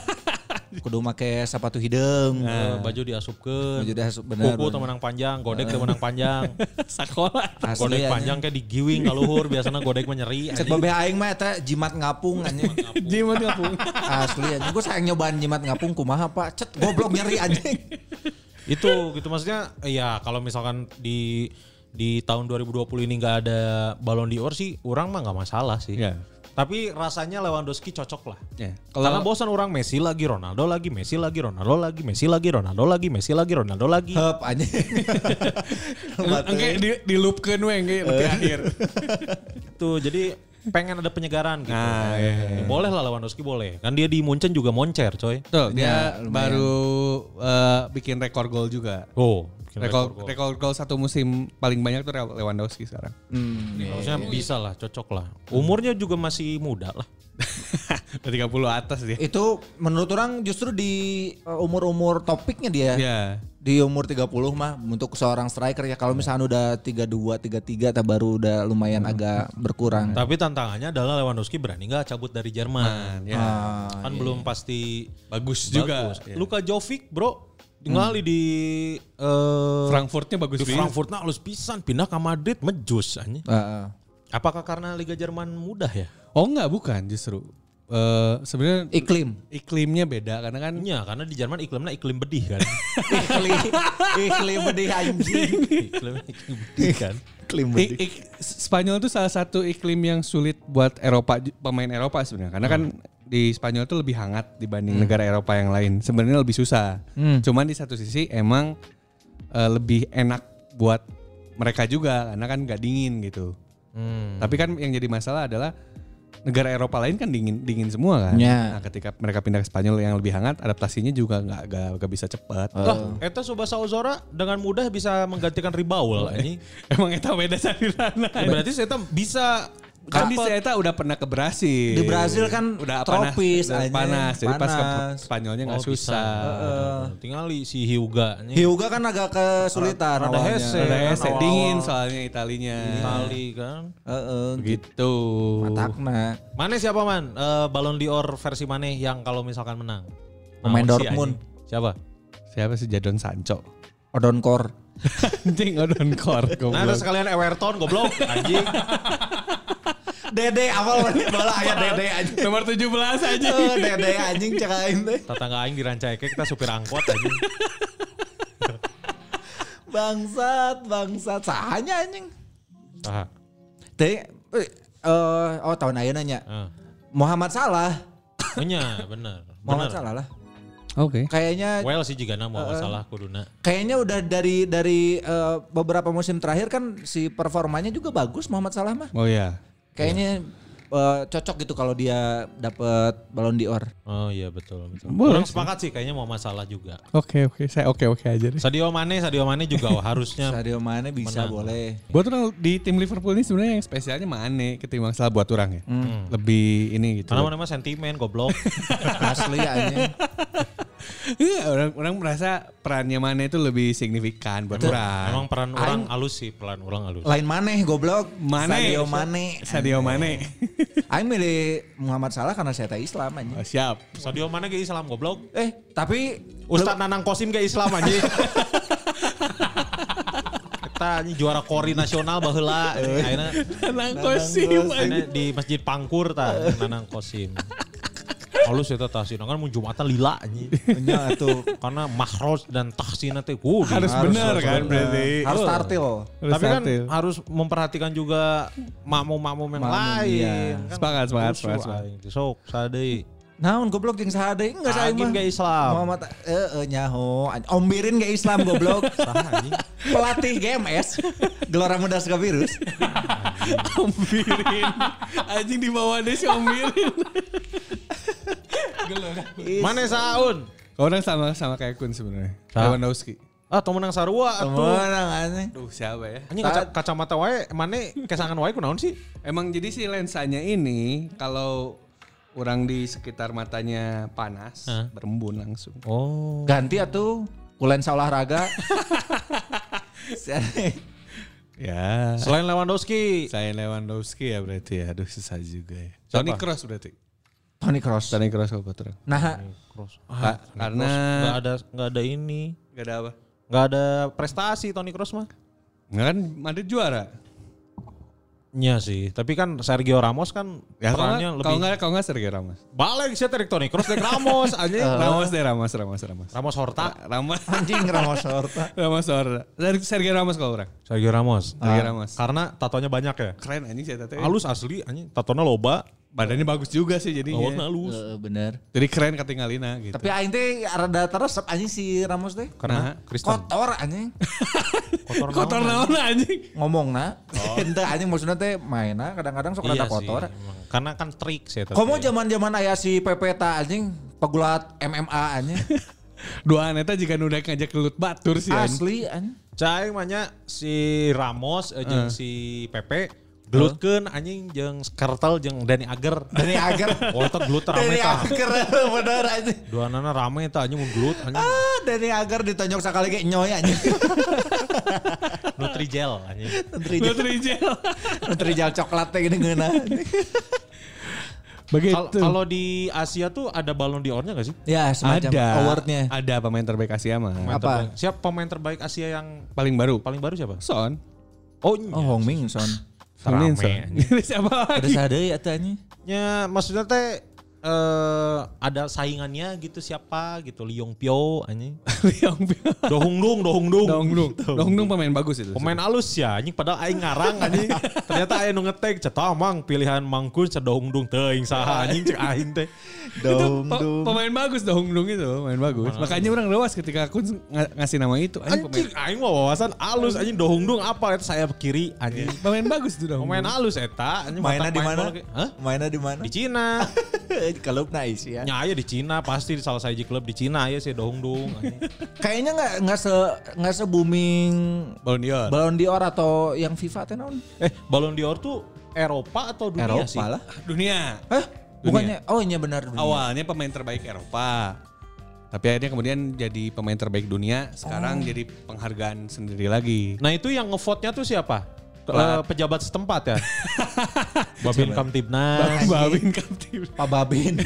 H: Kudu make sepatu hidung.
E: eh, baju diasupkeun.
H: Baju diasup, bener,
E: Kuku
H: bener.
E: teu menang panjang, godek teu menang panjang.
F: Sekolah.
H: Ya. Asli,
E: godek
H: anjing.
E: panjang kayak digiwing ka luhur, biasana godek menyeri.
H: Cek babe aing mah eta jimat ngapung anjing.
F: Jimat ngapung.
H: Asli anjing gua sayang nyobaan jimat ngapung kumaha Pak. Cet goblok nyeri anjing.
E: itu gitu maksudnya eh, ya kalau misalkan di di tahun 2020 ini nggak ada balon d'Or sih orang mah nggak masalah sih
F: Iya.
E: tapi rasanya Lewandowski cocok lah
F: Ya,
E: karena
F: kalau
E: bosan orang Messi lagi Ronaldo lagi Messi lagi Ronaldo lagi Messi lagi Ronaldo lagi Messi lagi Ronaldo lagi
H: Hep anjing.
F: Engke di, di loop ke nu engke di
H: Eh.
F: akhir.
E: itu gitu. jadi pengen ada penyegaran gitu
F: Nah, iya,
E: boleh lah Lewandowski boleh kan dia di Munchen juga moncer coy
H: Ya,
F: Tuh, dia
H: lumayan.
F: baru eh, bikin rekor gol juga.
E: oh bikin
F: Rekor
E: gol.
F: rekor gol satu musim paling banyak tuh Lewandowski sekarang.
E: harusnya
F: Iya,
E: bisa lah cocok lah umurnya juga masih muda lah
F: Udah 30 atas dia.
H: Itu menurut orang justru di uh, umur-umur topiknya dia.
F: Ya.
H: Di umur 30 mah untuk seorang striker ya kalau misalnya udah 32 33 tak baru udah lumayan agak berkurang.
F: Hmm.
E: tapi tantangannya adalah Lewandowski berani nggak cabut dari Jerman
F: Ya.
H: Ah,
E: kan belum pasti
F: bagus, juga. Iya. Hmm.
E: bagus. iya. Luka Jovic bro ngali di eh,
F: Frankfurtnya bagus
E: di
F: banget.
E: Frankfurt nah halus pisan pindah ke Madrid mejus anjing.
H: ah, ah.
E: Apakah karena Liga Jerman mudah ya?
F: Oh enggak, bukan justru. Eh sebenarnya
H: Iklim.
F: iklimnya beda karena kan
E: Iya, karena di Jerman iklimnya iklim bedih kan.
H: Iklim. Iklim bedih anjing.
E: iklim, iklim bedih kan.
H: Iklim
F: I- ik- Spanyol itu salah satu iklim yang sulit buat Eropa ju- pemain Eropa sebenarnya karena kan
H: Hmm.
F: di Spanyol itu lebih hangat dibanding negara Eropa yang lain sebenarnya lebih susah
H: Hmm.
F: cuman di satu sisi emang eh, lebih enak buat mereka juga karena kan nggak dingin gitu
H: Hmm.
F: tapi kan yang jadi masalah adalah negara Eropa lain kan dingin dingin semua kan
H: Ya.
F: nah ketika mereka pindah ke Spanyol yang lebih hangat adaptasinya juga nggak nggak nggak bisa cepat
H: Oh,
E: Lah, eta Subasa Ozora dengan mudah bisa menggantikan Ribaul anjing. Eh,
F: emang itu beda dari sana
E: Berarti saya bisa
F: Kan di Eta udah pernah ke Brasil.
H: Di Brasil kan
F: udah
H: tropis
F: panas, udah
H: anjing.
F: panas. Jadi pas ke
H: Panas.
F: Spanyolnya
E: Oh,
F: nggak
E: bisa.
F: susah.
E: Tingali si Hyuga anjing.
H: Hyuga kan agak kesulitan
E: Rada
H: awalnya.
E: hese.
F: Udah
E: Kan
F: hese,
E: awal-awal.
F: dingin soalnya Italinya.
E: Itali kan.
H: Heeh.
F: Gitu.
H: Matakna.
E: Mane siapa man? Eh, Ballon d'Or versi Mane yang kalau misalkan menang.
H: Pemain
E: Naon sih,
H: Dortmund.
E: anjing? Siapa?
F: Siapa sih Jadon Sancho?
H: Odonkor.
F: Anjing Odon Kor.
E: Nah terus kalian Everton goblok anjing.
H: Dede Eh, awal bala aya Dede anjing.
F: Nomor 17 aja.
H: Eh, Dede anjing cek aing teh.
E: Tetangga aing di Rancaike kita supir angkot anjing.
H: Bangsat, bangsat. Sahanya anjing.
E: Aha.
H: Teh eh, eh, oh tahun ayeuna nya.
E: Ah.
H: Muhammad Salah.
E: Oh, nya, bener.
H: Muhammad
E: Bener.
H: Salah lah.
F: Oke.
H: Kayaknya
E: Well sih jika nama masalah kuduna.
H: kayaknya udah dari dari eh, beberapa musim terakhir kan si performanya juga bagus Muhammad Salah mah.
F: Oh ya.
H: Kayaknya eh, cocok gitu kalau dia dapat Ballon d'Or.
E: Oh iya betul betul.
F: Boleh
E: Orang
F: sih.
E: sepakat sih kayaknya mau masalah juga.
F: Oke oke, saya oke oke aja deh.
E: Sadio Mane, Sadio Mane juga harusnya.
H: Sadio Mane bisa
E: Menang.
H: boleh.
F: Buat orang di tim Liverpool ini sebenarnya yang spesialnya Mane ketimbang salah buat orang ya. Lebih ini gitu.
E: Karena Mane mah sentimen goblok.
H: Asli anjing.
F: Iya, orang orang merasa perannya Mane itu lebih signifikan buat orang.
E: Emang peran orang alus sih, peran orang alus.
H: Lain Mane goblok.
F: Mane.
H: Sadio Mane.
F: Sadio Mane.
H: Aing milih Muhammad Salah karena saya teh Islam anjing.
F: Oh, siap.
E: Sadio Mane ke Islam goblok.
H: Eh, tapi
E: Ustadz Nanang Kosim ke Islam anjing. Kita anjing juara kori nasional baheula. Akhirnya
F: Tenang
E: Akhirnya di Masjid Pangkur ta Nanang Kosim. Halus eta tahsin kan mun Jumatan lila anjing.
H: punya Iya, tuh
E: Karena mahroj dan tahsinnya teh kudu.
F: Harus benar kan berarti.
H: harus tartil.
E: Tapi kan harus memperhatikan juga makmum-makmum yang
H: Makmum,
E: lain.
H: iya.
E: Kan
F: Sepakat, sepakat,
E: rusuh,
F: sepakat, sepakat.
E: aing. Sok, sadei.
H: Naon goblok jeung saha deui enggak saya
E: Agin
H: mah.
E: ge Islam.
H: Muhammad eh eh, nyaho anj- ombirin ge Islam goblok. Saha anjing? Pelatih GMS Gelora Muda Suka Virus.
F: Om Birin. Anjing di bawah deh si Om Birin.
E: Mana Saun?
F: Orang sama sama kayak Kun sebenarnya. Lewandowski.
E: Ah, temenang sarua atuh.
H: Temenang anjing.
F: Duh siapa ya?
E: Anjing kaca, kacamata wae mane kesangan wae kunaon sih?
F: Emang jadi si lensanya ini kalau orang di sekitar matanya panas berembun langsung.
E: Oh.
H: Ganti atuh kulensa olahraga. Si anjing.
F: Ya.
E: Selain Lewandowski,
F: Saya Lewandowski ya berarti ya. Aduh susah juga ya.
E: Siapa?
F: Toni Kroos berarti.
H: Tony Cross.
F: Toni Kroos kalau terang.
H: Nah,
E: Kroos.
F: Ka- karena
E: nggak ada nggak ada ini,
F: nggak ada apa?
E: nggak ada prestasi Toni Kroos mah.
F: Nggak kan Madrid juara.
E: Iya sih, tapi kan Sergio Ramos kan
F: Ya
E: perannya
F: kalau nggak-
E: lebih.
F: kalau nggak kalau nggak Sergio Ramos.
E: balik sih tarik Toni Kroos dari Ramos anjing.
F: Ramos deh Ramos Ramos Ramos.
E: Ramos Horta.
F: Eh, Ramos
H: anjing Ramos Horta.
F: Ramos Horta. Dari Sergio Ramos kalau orang.
E: Sergio Ramos.
F: Sergio Ramos.
E: Iya. Karena tatonya banyak ya.
F: Keren anjing saya tete.
E: Halus asli anjing, tatonya loba.
F: Badannya bagus juga sih
E: Lawan
F: jadinya.
E: halus.
H: Heeh, eh, bener.
F: Jadi keren ketinggalina gitu.
H: Tapi aing teh rada terus anjing si Ramos teh.
E: Karena Kristen
H: Kotor anjing.
E: kotor
F: Kotor naon anjing.
H: Ngomong na. Ente anjing maksudnya teh mainna kadang-kadang
E: Iya
H: sok rada kotor.
E: Karena kan trik sih. tapi.
H: Komo zaman-zaman aya si Pepeta anjing pegulat MMA anjing.
F: Dua aneta jika udah ngajak kelut batur sih anjing.
H: Asli anjing.
E: Cai manya si Ramos eh, jeung si Pepe gelutkeun anjing jeung Skrtel jeung Dani Ager.
H: Dari agar
E: Oh eta gelut rame
H: dari
E: tah.
H: agar bener anjing.
E: Dua nana rame tah anjing mun gelut anjing
H: Ah, dari agar ditonjok sekali kayak nyoy anjing.
E: Nutrijel anjing.
H: Nutrijel.
F: Nutrijel.
H: Nutrijel coklat teh gini ngeuna.
E: Kal-
F: Begitu.
E: Kalau di Asia tuh ada balon diornya gak sih?
H: Ya, semacam
F: ada
H: awardnya.
F: Ada pemain terbaik Asia mah.
E: Pemain
H: Apa?
E: terbaik. Siapa pemain terbaik Asia yang
F: Paling baru.
E: paling baru siapa?
F: Son.
E: Oh,
H: Oh, Hong Ming Son.
E: Rame,
F: Ini siapa
H: Ada
F: lagi?
H: sadeu ya teh anjing.
E: nya maksudnya teh eh ada saingannya gitu siapa gitu Liong Pio anjing. Gitu.
F: Liang Biao.
E: Dohung Dung, Dohung Dung.
F: Dong Dung. Dong Dung pemain bagus itu.
E: Pemain alus ya anjing padahal aing ngarang anjing. Ternyata aing nu ngetek cetah mang pilihan mangkun cedohung dung teuing
H: Iya.
E: saha anjing cek aing teh.
F: itu pe- pemain bagus Dong Dung itu, pemain bagus. Makanya orang lewas ketika aku nga- ngasih nama itu. Anjing pemain,
E: Anjing aing mah wawasan alus anjing dohung dung apa eta sayap kiri anjing.
F: pemain bagus tuh Dong
E: Pemain
F: Dung.
E: alus eta anjing
H: Iya. Mainnya
E: matak
H: di
E: main
H: mana?
E: bola ke- Hah?
H: Mainnya di mana?
E: Di Cina.
H: Kalau naik ya.
E: Nya aya di Cina pasti di salah siji klub di Cina ya sih dohung dung anjing.
H: Kayaknya nggak nggak se nggak se booming
F: Ballon d'Or.
H: Ballon d'Or atau yang FIFA teh naon?
E: Eh, Ballon d'Or tuh Eropa atau dunia
H: Eropa
E: sih?
H: lah.
F: Dunia.
H: Hah? Bukannya oh iya benar dunia.
F: Awalnya pemain terbaik Eropa. Tapi akhirnya kemudian jadi pemain terbaik dunia. Sekarang jadi penghargaan sendiri lagi.
E: Nah itu yang ngevote-nya tuh siapa?
F: Pelat.
E: Eh, pejabat setempat ya? Babin Kamtibnas.
F: Babin Kaptir.
H: Pak Babin.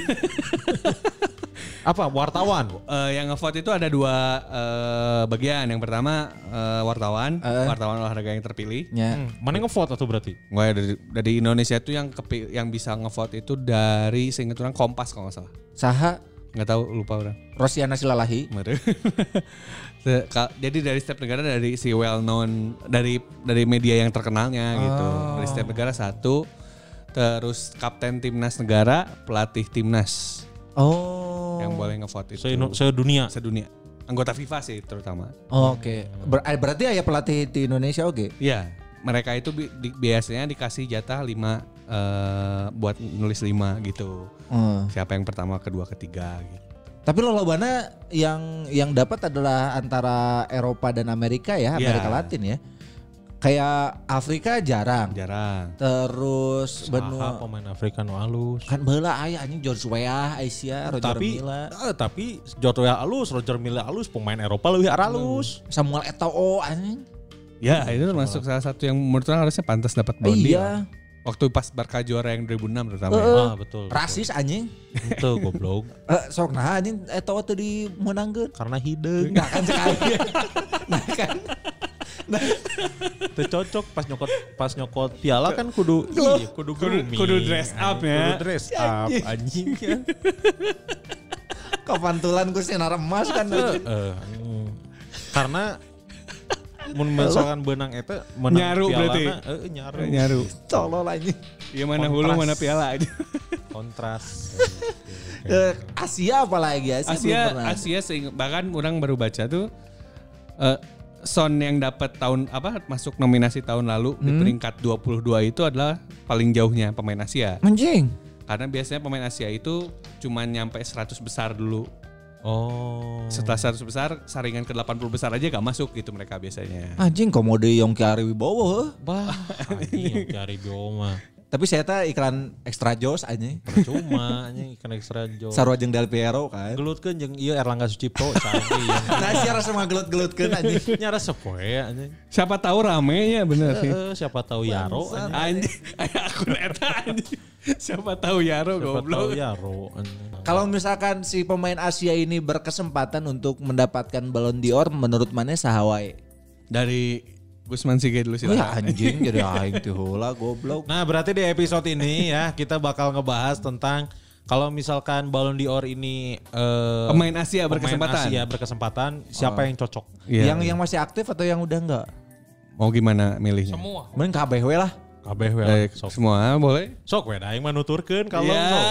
E: Apa? Wartawan?
F: Eh, yang ngevote itu ada dua eh, bagian. Yang pertama eh, wartawan,
H: Eh.
F: wartawan olahraga yang terpilih.
H: ya.
E: Hmm, Mana ngevote atau berarti?
F: Nggak ya, dari, dari Indonesia itu yang kepi, yang bisa ngevote itu dari seingat orang Kompas kalau nggak salah.
H: Saha
F: Nggak tahu lupa orang.
H: Rosiana Silalahi.
F: Kemarin. Se- ka- Jadi dari setiap negara dari si well known dari dari media yang terkenalnya gitu. Dari setiap negara satu. Terus kapten timnas negara, pelatih timnas
H: Oh.
F: yang boleh ngevote itu.
E: Seino- Sedunia.
F: Sedunia. Anggota FIFA sih terutama.
H: Oh, Oke. Ber- eh, berarti ayah pelatih di Indonesia oke.
F: Iya, mereka itu bi- di- biasanya dikasih jatah 5 buat nulis 5 gitu.
H: Hmm.
F: Siapa yang pertama, kedua, ketiga gitu.
H: Tapi lolobana yang yang dapat adalah antara Eropa dan Amerika ya,
F: Iya.
H: Amerika Latin ya. Kayak Afrika
F: Iya.
H: jarang.
F: Jarang.
H: Terus
E: Aha,
H: benua
E: pemain Afrika nu alus.
H: kan bela aya anjing George Weah, Asia, Roger
E: tapi
H: Milla,
E: eh, tapi George Weah alus, Roger Milla alus, pemain Eropa lebih alus.
H: Samuel Eto'o anjing.
F: Ya, itu termasuk salah satu yang menurut orang harusnya pantas dapat bondi.
H: Iya.
F: Waktu pas Barca juara yang 2006 terutama.
E: Ah,
F: ya.
E: betul.
H: Rasis anjing.
E: Itu goblok.
H: Eh, sok nah anjing Eto'o teu dimenangkeun.
E: Karena hidung.
H: Enggak kan sekali. nah kan. Nah,
E: Teu cocok pas nyokot pas nyokot piala kan kudu iya, kudu grooming.
F: kudu dress up
E: Anjing,
F: ya.
E: Kudu dress up anjing.
H: kepantulan ku sinar emas kan.
E: Eh, anjing. Karena mun misalkan benang eta menang
F: Nyaru berarti.
E: eh, nyaru.
F: Nyaru.
H: Tolol anjing.
F: Iya mana hulu
E: Kontras.
F: mana piala aja.
E: Kontras.
H: Eh, Asia apalagi Asia, belum
F: Asia
H: pernah.
F: Asia seing- bahkan orang baru baca tuh eh, Son yang dapat tahun apa masuk nominasi tahun lalu di peringkat 22 itu adalah paling jauhnya pemain Asia.
H: Anjing.
F: Karena biasanya pemain Asia itu cuman nyampe 100 besar dulu.
E: Oh.
F: Setelah 100 besar, saringan ke 80 besar aja gak masuk gitu mereka biasanya.
H: Anjing komode Yongki Ari Wibowo. heuh.
E: Bah, anjing cari bioma.
H: Tapi saya tah iklan Extra Joss anjing.
E: Percuma anjing ikan ekstra jo.
H: Sarua jeung Del Piero kan.
E: Gelutkeun jeung ieu Iya, Erlangga Sucipto canggih yang
H: Nah, sia rasa magelut-gelutkeun anjing.
E: nyara sepoe anjing.
F: Siapa tahu rame ya bener sih.
E: Eh, siapa tahu Yaro anjing.
F: Anjing, aya akun eta anjing. Siapa tahu Yaro
E: Siapa tahu
F: goblok.
E: Yaro anjing.
H: Kalau misalkan si pemain Asia ini berkesempatan untuk mendapatkan Ballon d'Or menurut mana sahawai?
F: Dari Gusman Sige dulu
H: Wih
F: silakan.
H: Oh, Iya, anjing jadi aing teh heula goblok.
E: Nah, berarti di episode ini ya kita bakal ngebahas tentang kalau misalkan Ballon d'Or ini eh,
F: Pemain Asia berkesempatan.
E: Asia berkesempatan, siapa yang cocok?
F: Iya.
H: Yang yang masih aktif atau yang udah enggak?
F: mau gimana milihnya?
B: Semua.
H: Mending KBW lah.
E: Kabeh we lah,
F: Eh,
E: sok.
F: semua boleh.
E: Sok we da aing mah nuturkeun kalau
F: Ya.
E: sok.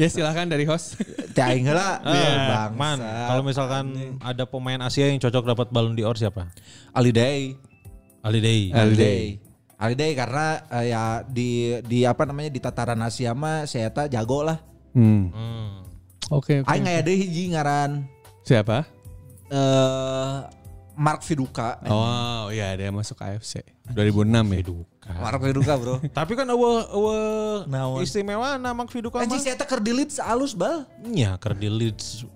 F: ya silahkan dari host.
H: Teh aing heula. Iya,
E: Eh,
H: Bang.
E: Man, kalau misalkan ada pemain Asia yang cocok dapat Ballon d'Or siapa?
H: Ali Day.
E: Ali Day.
F: Eh.
H: Holiday. Holiday karena eh, ya di di apa namanya di tataran Asia mah saya tak jago lah.
F: Hmm. Oke. oke.
H: Aing nggak ada hiji ngaran
F: Siapa?
H: eh Mark Viduka.
F: Oh iya dia masuk AFC 2006 ya.
H: Mark Viduka bro.
E: Tapi kan awe awe
H: Naon?
E: istimewa nama Viduka
H: Anjing
E: mah.
H: saya tak kerdilit sealus bal.
E: Ya, ker di Leeds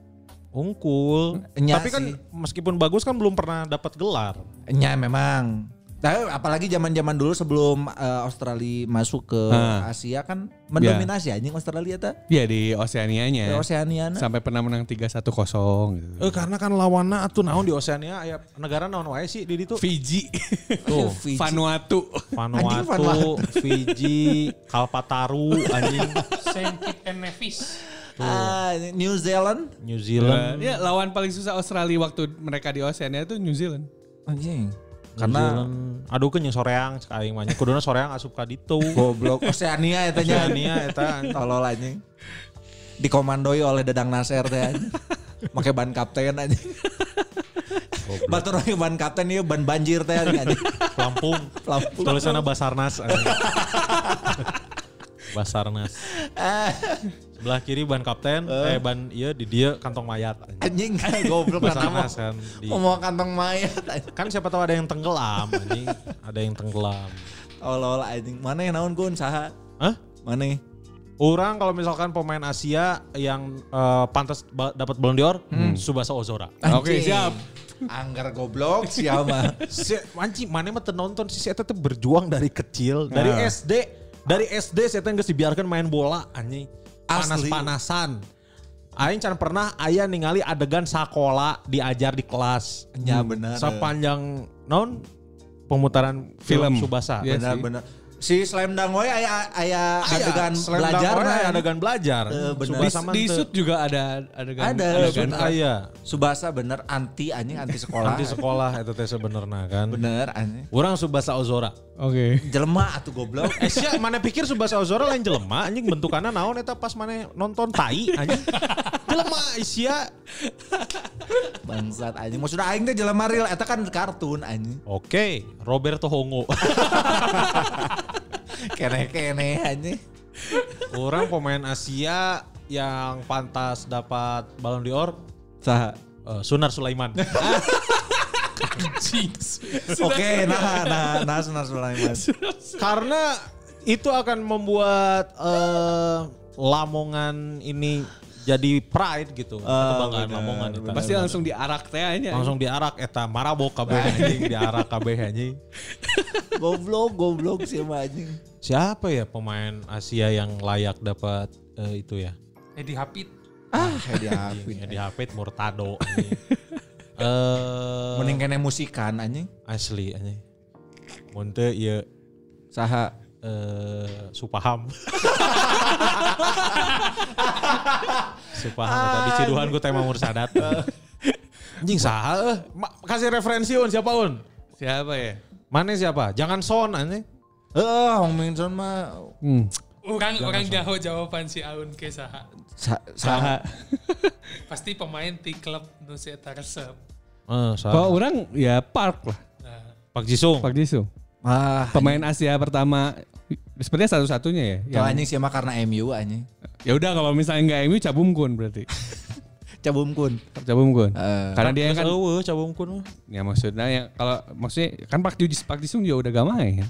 E: unggul.
H: Nya
E: Tapi kan
H: sih.
E: meskipun bagus kan belum pernah dapat gelar.
H: Ya memang. Tapi Nah, apalagi zaman-zaman dulu sebelum eh, Australia masuk ke
F: Ah.
H: Asia kan mendominasi anjing Australia ta.
F: Iya di Oceanianya.
H: Di Oceaniana.
F: Sampai pernah menang 3-1 kosong gitu.
E: Eh karena kan lawannya atuh naon di Oceania aya negara naon wae sih di ditu.
F: Fiji.
E: Tuh,
H: Fiji.
F: Vanuatu.
H: Anjing
E: Vanuatu,
H: Vanuatu.
E: Fiji, Kalpataru, anjing
B: Saint Kitts and Nevis.
H: Ah, New Zealand.
E: New Zealand.
F: Ya lawan paling susah Australia waktu mereka di Oceania itu New Zealand.
H: Anjing.
E: Karena
H: Karena
E: aduh kan yang soreang cek aing mah. Kuduna soreang asup ka ditu.
H: goblok Oceania
E: Iya,
H: eta nya.
E: Oceania eta.
H: tolol anjing dikomandoi oleh Dadang Nasir teh anjing. make ban kapten aja batur make ban kapten ieu ban banjir teh anjing
E: Lampung.
H: Lampung.
E: Tulisannya Basarnas. anjing. Basarnas. Sebelah kiri ban kapten, eh ban iya di dia kantong mayat. anjing.
H: anjing goblok kenapa
E: Basarnas kan. di-
H: mau mau kantong mayat anjing.
E: kan siapa tahu ada yang tenggelam anjing. Ada yang tenggelam.
H: tolol anjing mana yang naon gun saha
E: Hah?
H: mana
E: Orang kalau misalkan pemain Asia yang eh, pantas ba- dapat Ballon d'Or, Subasa Ozora.
F: Oke,
H: Anjing.
F: siap.
H: anggar goblok siapa
E: Si, anjing mana mah teu nonton si Eta tuh berjuang dari kecil, dari
F: Nah.
E: SD, dari SD si Eta geus dibiarkan main bola anjing.
H: Asli.
E: Panas-panasan. Aing can pernah aya ningali adegan sakola diajar di kelas.
H: Ya, benar.
E: Sepanjang non pemutaran film,
F: Film.
E: Subasa.
F: Iya.
H: Ah, benar benar si slam dang we aya aya
E: Aya,
H: adegan
E: Iya, slam dunk
H: belajar
E: wae,
H: nah.
E: adegan belajar.
H: Eh, benar.
F: Di,
E: Subasa mah
F: di
E: teu-
F: shoot juga ada adegan
H: Ada,
F: adegan.
H: shoot.
E: aya.
H: Subasa bener anti anjing anti sekolah
E: Nanti sekolah itu teh sebenarnya kan.
H: bener anjing
E: Orang Subasa Ozora.
F: Oke.
H: jelema atuh goblok
E: Eh sia, mana pikir Subasa Ozora lain jelema anjing bentukannya naon eta pas mana nonton tai anjing. jelema eh, sia.
H: Bangsat anjing. Maksudnya aing teh jelema real eta kan kartun anjing.
E: Oke, Roberto Hongo.
H: Kene-kene anjing.
E: Orang pemain Asia yang pantas dapat Ballon d'Or
H: Saha.
E: eh, Sunar Sulaiman.
H: Oke, nah nah nah Sunar Sulaiman.
E: Karena itu akan membuat eh, Lamongan ini jadi pride gitu. Kebanggaan
H: bener,
E: Lamongan itu.
F: Pasti langsung diarak teh aja.
E: langsung diarak eta marabok kabeh anjing diarak kabeh anjing.
H: goblok goblok sih mah anjing.
E: Siapa ya pemain Asia yang layak dapat eh, itu ya?
B: Eddie Hapit.
H: Ah, Hedi Afin.
E: Yang di Hafid Murtado anjing. Eh
H: Mending kene musikan anjing.
E: asli anjing. Mun teu ieu
H: Saha.
E: eh, Supaham. Supaham tadi ciduhan ku tema Mursadat. Anjing saha eh. Ma- kasih referensi un siapa un?
F: Siapa ya?
E: Mana siapa? Jangan son anjing.
H: Eh, Hong Min Son mah
B: Orang orang jauh jawaban si Aun ke saha.
H: sa- saha.
B: Pasti pemain di klub nu si eta resep.
E: Eh, saha?
F: Kalau orang ya Park lah.
B: Nah,
E: Pak Jisung.
F: Park Jisoo.
H: Ah,
F: Pemain Asia pertama sebenarnya satu-satunya ya.
H: Kalau
F: yang-
H: anjing sih mah karena MU anjing.
F: Ya udah kalau misalnya nggak MU cabum kun berarti.
H: Cabumkun.
F: Cabum Kun.
H: Eh,
F: Karena dia
E: Terus
F: kan
E: eueuh cabung eh. kun mah.
F: ya maksudnya ya kalau maksudnya kan Pak Jujis Pak Jisung juga udah gak main.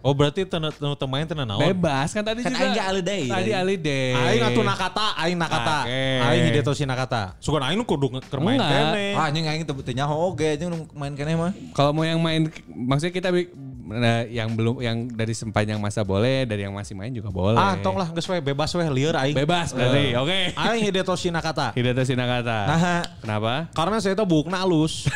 E: Oh berarti tena tena temain tena naon?
F: Bebas kan tadi
H: Kan
F: juga.
H: aing ge alidei.
F: Tadi alidei.
E: Oh. Aing atuh nakata, aing nakata.
F: Oke.
E: Aing hidetoshi nakata. Sugan aing nu kudu keur main
F: Enggak.
E: kene.
H: Ah, anjing aing teu teu nyaho oge anjing nu main keneh mah.
F: Kalau mau yang main maksudnya kita bi- nah, yang belum yang dari sepanjang masa boleh, dari yang masih main juga boleh.
E: Ah, tong lah geus we bebas we lieur aing.
F: Bebas berarti. Oke.
E: Aing hidetoshi nakata.
F: Hidata Sinakata.
H: Nah,
F: Kenapa?
E: Karena saya itu bukna alus.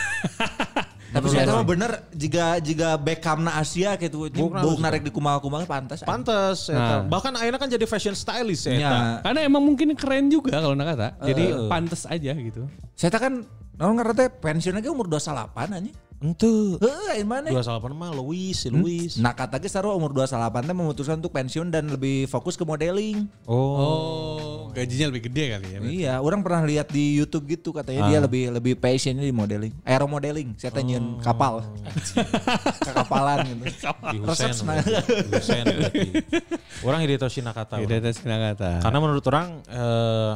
H: tapi saya mah bener jika jika Beckham na Asia gitu
E: Bukna
H: buk narik di kumal-kumal pantas. anjing.
E: Pantes. eta.
F: Nah.
E: Bahkan akhirnya kan jadi fashion stylist ya. eta.
H: Nya.
F: Karena emang mungkin keren juga kalau Nakata. Jadi pantas aja gitu.
H: Saya kan naon ngaranna teh pensiun ge umur 28 anjing.
E: Ente.
H: Heuh, aing mana?
E: Dua salapan mah Louis, si Louis.
H: Nah kata ge Sarwa umur 28 teh memutuskan untuk pensiun dan lebih fokus ke modeling.
F: Oh, gajinya lebih gede kali ya.
H: Iya, orang pernah lihat di YouTube gitu katanya dia lebih lebih passionnya di modeling, aero modeling. Saya tanyain kapal, kekapalan gitu.
E: Di
H: Resep
E: Husen.
H: senang.
E: Di Husen berarti. Orang Hidetoshi Nakata. orang.
F: Hidata Sinakata.
E: Karena menurut orang eh,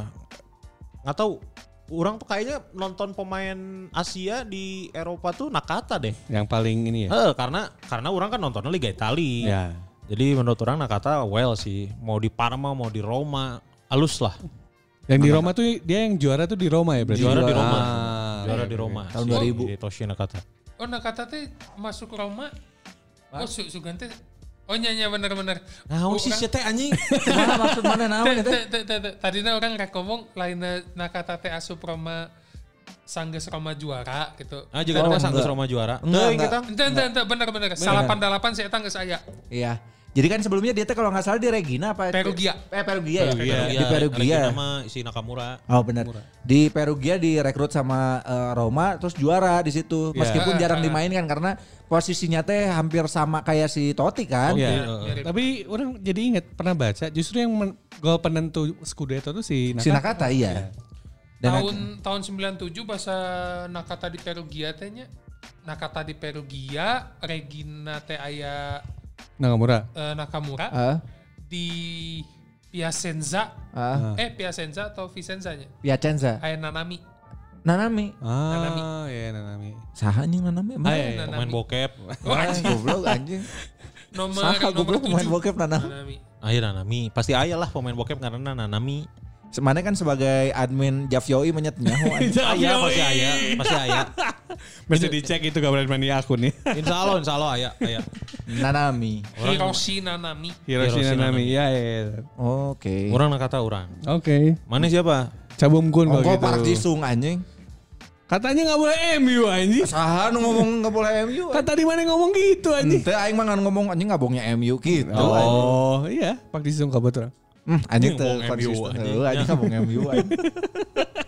E: nggak tahu orang tuh kayaknya nonton pemain Asia di Eropa tuh Nakata deh.
F: Yang paling ini
H: Iya.
F: ya.
E: Eh, karena karena orang kan nontonnya Liga Italia.
F: Ya.
E: Jadi menurut orang Nakata well sih, mau di Parma mau di Roma, alus lah.
F: Yang di Roma tuh dia yang juara tuh di Roma ya berarti.
E: Juara di Roma.
F: Ah.
E: Juara di Roma.
H: iya, Tahun
E: si
H: 2000.
E: Hidetoshi Nakata.
B: Oh Nakata teh masuk Roma. Oh su Sugan teh. Oh nyanya bener-bener.
E: Nah,
F: oh,
B: Orang-
E: sih
F: kan?
E: ya, si teh anjing.
H: Mana maksud mana gitu? naon
B: Teh,
H: itu?
B: teh, teh, teh, teh. Tadina orang rek ngomong lainnya Nakata teh asup Roma Sanggeus Roma juara gitu.
E: Ah,
H: Oh,
E: juga oh, sanggup
H: enggak.
E: Roma juara.
H: Enggak,
E: Teuing
H: enggak.
E: kita.
B: Ente ente ente bener bener. Salapan dalapan saya tangges aya.
H: Iya. Jadi kan sebelumnya dia teh kalau nggak salah di Regina apa?
B: Perugia.
H: Eh Perugia, ya? Di Perugia.
E: Perugia. Nama si Nakamura.
F: Hmm.
H: Oh benar. Di Perugia direkrut sama eh, Roma terus juara di situ. Meskipun jarang dimainkan karena posisinya teh hampir sama kayak si Totti kan.
F: Ya.
B: Mirip.
F: Tapi orang jadi ingat pernah baca justru yang men- gol penentu Scudetto tuh si
H: Si
F: Nakata.
H: Nakata iya. Dan
B: tahun tahun 97 bahasa Nakata di Perugia teh nya. Nakata di Perugia, Regina teh aya
F: Nakamura.
B: eh, Nakamura
H: Ah,
B: di Piacenza.
H: ah,
B: Eh Piacenza atau Vicenza nya?
H: Piacenza.
B: Aya Nanami.
H: Nanami.
F: Ah, iya Nanami.
H: Saha anjing Nanami? emang?
F: Ah, iya, iya.
E: Pemain bokep.
B: Oh,
H: Ah,
B: anjing.
H: goblok anjing.
B: Nomor
H: Saha
B: nomor
H: goblok pemain
B: tujuh.
H: bokep Nanami.
B: Nanami.
E: Ayo Nanami, pasti ayah lah pemain bokep karena Nanami.
H: Semana kan sebagai admin Javioi menyetnya.
E: Ayah pasti ayah, pasti ayah.
F: Mesti iya. dicek itu gambaran mania aku nih.
E: Insya Allah, insya Allah ayah, ayah.
H: Nanami.
B: Hiroshi Nanami.
F: Hiroshi
E: Hiroshi
F: Nanami. Iya, iya. iya.
H: Oke.
E: Orang nak kata orang.
F: Oke.
E: Mana siapa?
F: Cabum gun
H: Oh,
F: kalau
H: kok Park
F: gitu.
H: Jisung anjing.
F: Katanya nggak boleh MU anjing.
H: Saha nu ngomong nggak boleh MU.
F: Kan tadi mana ngomong gitu anjing.
H: Ente aing mah ngan ngomong anjing ngabongnya MU gitu. anjing.
F: Oh, iya. Pak Disung kabar
H: Hmm, anjing teu
E: Ngomong MU,
H: konsisten.
E: anjing.
H: Heuh, Anjing ngabong MU anjing.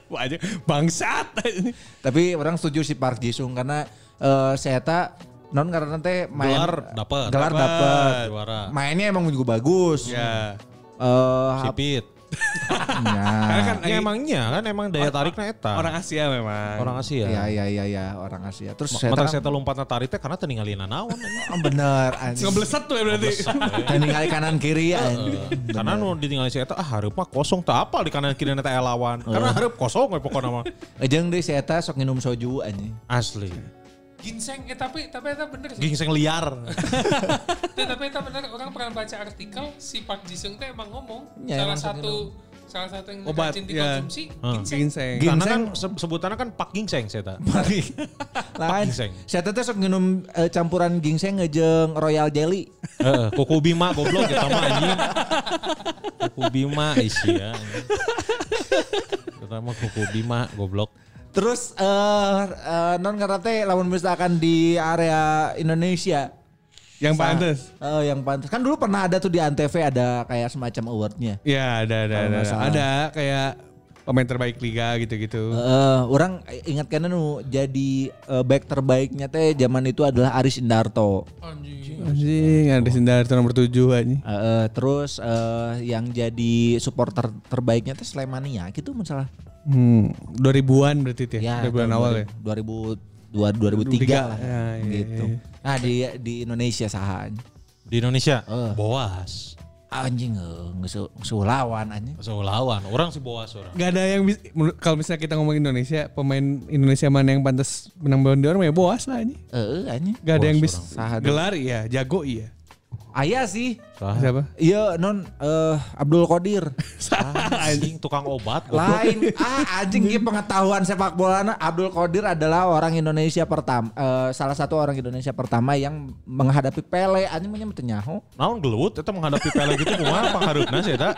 F: Wah, anjing. bangsat. anjing.
H: Tapi orang setuju si Park Jisung karena eh saya tak non karena teh main
E: Gelar dapat.
H: Gelar dapat.
E: Juara.
H: Mainnya emang juga bagus.
F: Ya.
H: Eh, hap-
E: Sipit.
H: nah.
F: Kan
E: Ya, emangnya kan emang daya tariknya eta.
F: orang Asia memang.
E: orang Asia.
H: Iya iya iya iya orang Asia. Terus saya
E: Mata
H: tak
E: saya lompat tariknya karena teninggalin naon.
H: Iya, bener anjing.
F: Ngebleset tuh ya berarti.
H: Dan ningali kanan kiri anjing.
E: Karena nu ditinggalin si eta ah hareup mah kosong tak apa di kanan kiri eta lawan.
H: Iya.
E: Karena hareup kosong we pokokna mah.
H: Jeung deui saya tak sok minum soju anjing.
E: Asli.
B: Ginseng eh tapi tapi itu bener sih.
E: Gingseng liar.
B: Teh, tapi itu bener orang pernah baca artikel si Park Ji Sung teh emang ngomong salah
H: Ya, emang
B: satu salah satu yang
F: Obat,
B: rajin
F: ya.
B: dikonsumsi ginseng.
F: Ginseng.
E: Karena
H: Ginseng.
E: kan se- sebutannya kan pak gingseng si eta.
H: Mari. Lain.
E: ginseng.
H: Saya teteh sok minum eh, campuran ginseng ngejeng royal jelly.
E: Heeh, Kuku Bima goblok kita mah anjing. Kuku Bima isi ya. Kita mah Kuku Bima goblok.
H: Terus eh eh, non karate lawan misalkan di area Indonesia
F: Yang
H: Sa-
F: pantas.
H: Eh, yang pantas. Kan dulu pernah ada tuh di Antv ada kayak semacam awardnya.
F: Ya ada ada
H: Kalau
F: ada.
H: nggak salah.
F: Ada kayak pemain terbaik liga gitu-gitu.
H: Eh, orang ingat kan nu jadi eh, back terbaiknya teh zaman itu adalah Aris Indarto.
B: Anjing.
F: Anjing, ada Sindarto nomor 7 anjing.
H: Eh, eh, terus eh, yang jadi supporter terbaiknya teh Slemania gitu masalah.
F: Hmm, 2000-an berarti tuh
E: Iya,
F: ya. 2000-an awal ya.
H: 2000 2003 lah.
F: Ya, iya,
H: gitu. Nah, di di Indonesia sahaan.
E: Di Indonesia, boas.
H: anjing eh, ngesu- sulawan anjing.
E: Seulawan, orang sih bawa orang.
F: Gak ada yang bis- menurut- kalau misalnya kita ngomong Indonesia, pemain Indonesia mana yang pantas menang Ballon d'Or ya boas lah ini.
H: Eh, anjing.
F: Gak ada
E: Boas
F: yang bisa
E: orang.
H: Sahadu.
F: gelar iya, jago iya.
H: Ayah sih.
F: Siapa?
H: Iya, non eh, Abdul Qadir.
E: Anjing tukang obat. goblok.
H: Lain ah anjing ini pengetahuan sepak bola Abdul Qadir adalah orang Indonesia pertama eh, salah satu orang Indonesia pertama yang menghadapi Pele anjing punya tenyaho.
E: Naon gelut, itu menghadapi pele gitu kumaha pangharutna sih eta.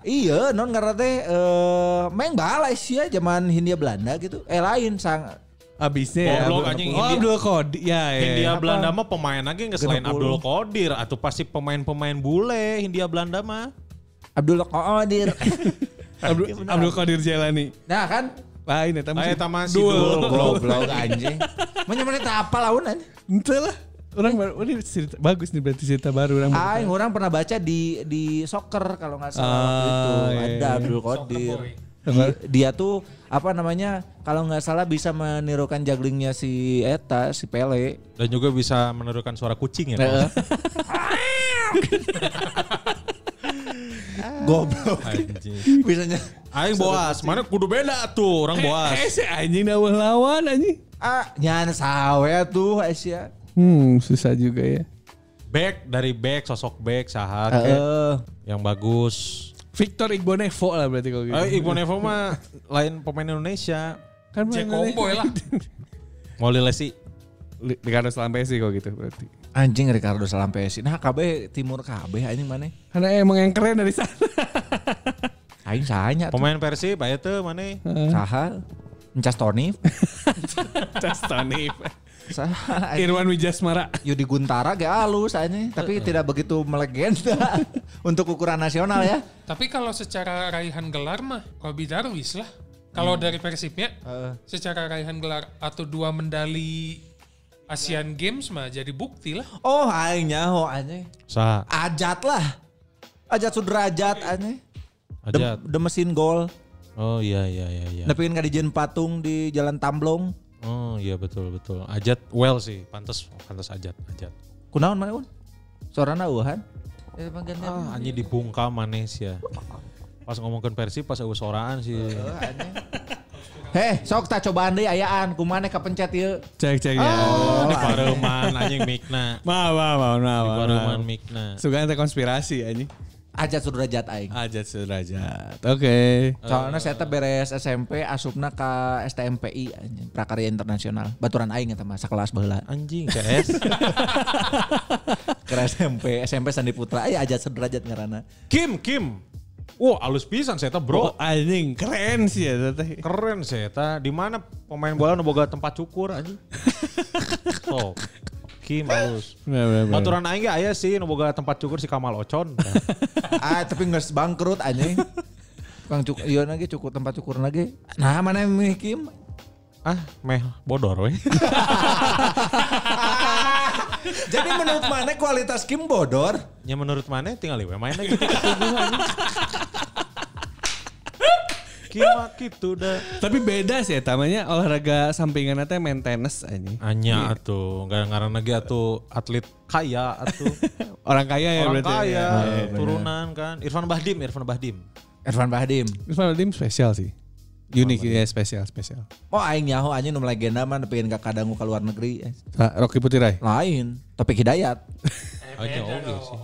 H: Iya, non karena teh eh main Malaysia zaman Hindia Belanda gitu. Eh lain sang
F: Abisnya ya.
E: Goblok,
F: Abdul-
E: anjing,
F: Oh,
E: India.
F: Abdul Kodi. Ya, ya.
E: Hindia
H: Apa?
E: Belanda mah pemain lagi nggak selain
H: 60.
E: Abdul Qadir atau pasti pemain-pemain bule Hindia Belanda mah. Iya,
H: Abdul Qadir.
F: Abdul, Abdul Qadir Jailani.
H: nah kan
F: Iya, Lain ya, eta
E: Lain eta mah si Dul.
H: goblok anjing. Menyemene teh apa laun anjing?
F: Entah lah. Orang baru, oh, ini cerita bagus nih berarti cerita baru orang. baru.
H: Aing orang pernah baca di di soccer kalau nggak salah waktu
F: Ah,
H: itu
F: iya,
H: ada Abdul Qadir. Di- dia tuh apa namanya kalau nggak salah bisa menirukan jugglingnya si Eta si Pele.
E: Dan juga bisa menirukan suara kucing ya.
H: Heeh. Goblok
E: Anjing.
H: bisanya.
E: Aing boas, mana kudu beda tuh orang boas.
F: Eh, si anjing dah lawan anjing.
H: Ah, nyan sawe tuh Asia.
F: Hmm, susah juga ya.
E: Back dari back sosok back saha
H: Heeh.
E: kayak yang bagus.
F: Victor Igbonevo lah berarti kalau gitu.
E: Eh, Ibu Nevo mah lain pemain Indonesia.
F: kan
B: Jack Comboy lah.
E: Mau Lesi.
F: Ricardo Salampe sih kalau gitu berarti.
H: Anjing Ricardo Salampesi. Nah, KB timur KB anjing mana?
F: Karena emang yang keren dari sana.
H: Aing sahanya tuh.
E: Pemain Persib aya teu maneh.
H: Saha? Encas Tony.
F: Castani.
H: Saha? anjing?
F: Irwan Wijasmara.
H: Yudi Guntara gak halus aja tapi tidak begitu melegenda untuk ukuran nasional ya.
B: Tapi kalau secara raihan gelar mah Robi Darwis lah. Kalau dari Persibnya, secara raihan gelar atau dua medali Asian Games mah jadi bukti lah.
H: Oh, aing nyaho aneh.
E: Saha?
H: Ajat lah. Ajat Sudrajat aneh. The,
E: Ajat.
H: the mesin gol.
E: Oh iya iya iya iya.
H: Nepingin ka dijeun patung di Jalan Tamblong.
E: Oh iya betul betul. Ajat well sih, pantas pantas Ajat Ajat.
H: Kunaon mana un? Sorana eueuhan. Eh, panggantian.
E: Ah, anjing dibungkam Manesia. Pas ngomongin Persib pas eueuh soraan sih.
H: Heh, Eh, sok tak cobaan deui ayaan. Kumane kepencet ieu.
F: Cek cek ya.
E: Di Pareman anjing Mikna.
F: Mau mau mau
E: Di
F: mau.
E: Pareman Mikna.
F: Suka ada konspirasi anjing.
H: Ajat Sudrajat aing.
F: Ajat sederajat. Oke.
H: Soalnya saya teh beres SMP asupna ke STMPI anjing, prakarya internasional. Baturan aing eta mah sakelas baheula.
E: Anjing CS.
H: Ke SMP, SMP Sandi Putra aya aja sederajat ngaranna.
E: Kim Kim. Wah, alus pisan saya bro.
F: Oh, anjing keren sih ya teteh.
E: Keren saya Di mana pemain bola nu boga tempat cukur anjing. Sok. Kim alus. Aturan aing ge aya sih nu boga tempat cukur si Kamal Ocon.
H: ah, tapi nggak bangkrut anjing. Kang cuk, iya lagi cukur tempat cukur lagi. Nah mana Mih Kim?
E: ah, meh bodor we.
H: Jadi menurut mana kualitas Kim bodor?
E: Ya menurut mana tinggal iwe main aja gitu Kira gitu dah.
F: Tapi beda sih ya, tamanya olahraga sampingan teh maintenance anjing.
E: Anya
F: Iya.
E: atuh, nggak ngaran lagi atuh atlet kaya atuh.
F: Orang kaya ya
E: Orang
F: berarti.
E: kaya,
F: Ya.
E: turunan kan. Irfan Bahdim, Irfan Bahdim.
H: Irfan Bahdim.
F: Irfan Bahdim spesial sih. Unik ya spesial spesial.
H: Oh aing nyaho anjing nu legenda mah nepikeun ka kadangu ka luar negeri. Eh,
F: Pak Rocky Putirai.
H: Lain, Topik Hidayat.
E: Anya oke sih.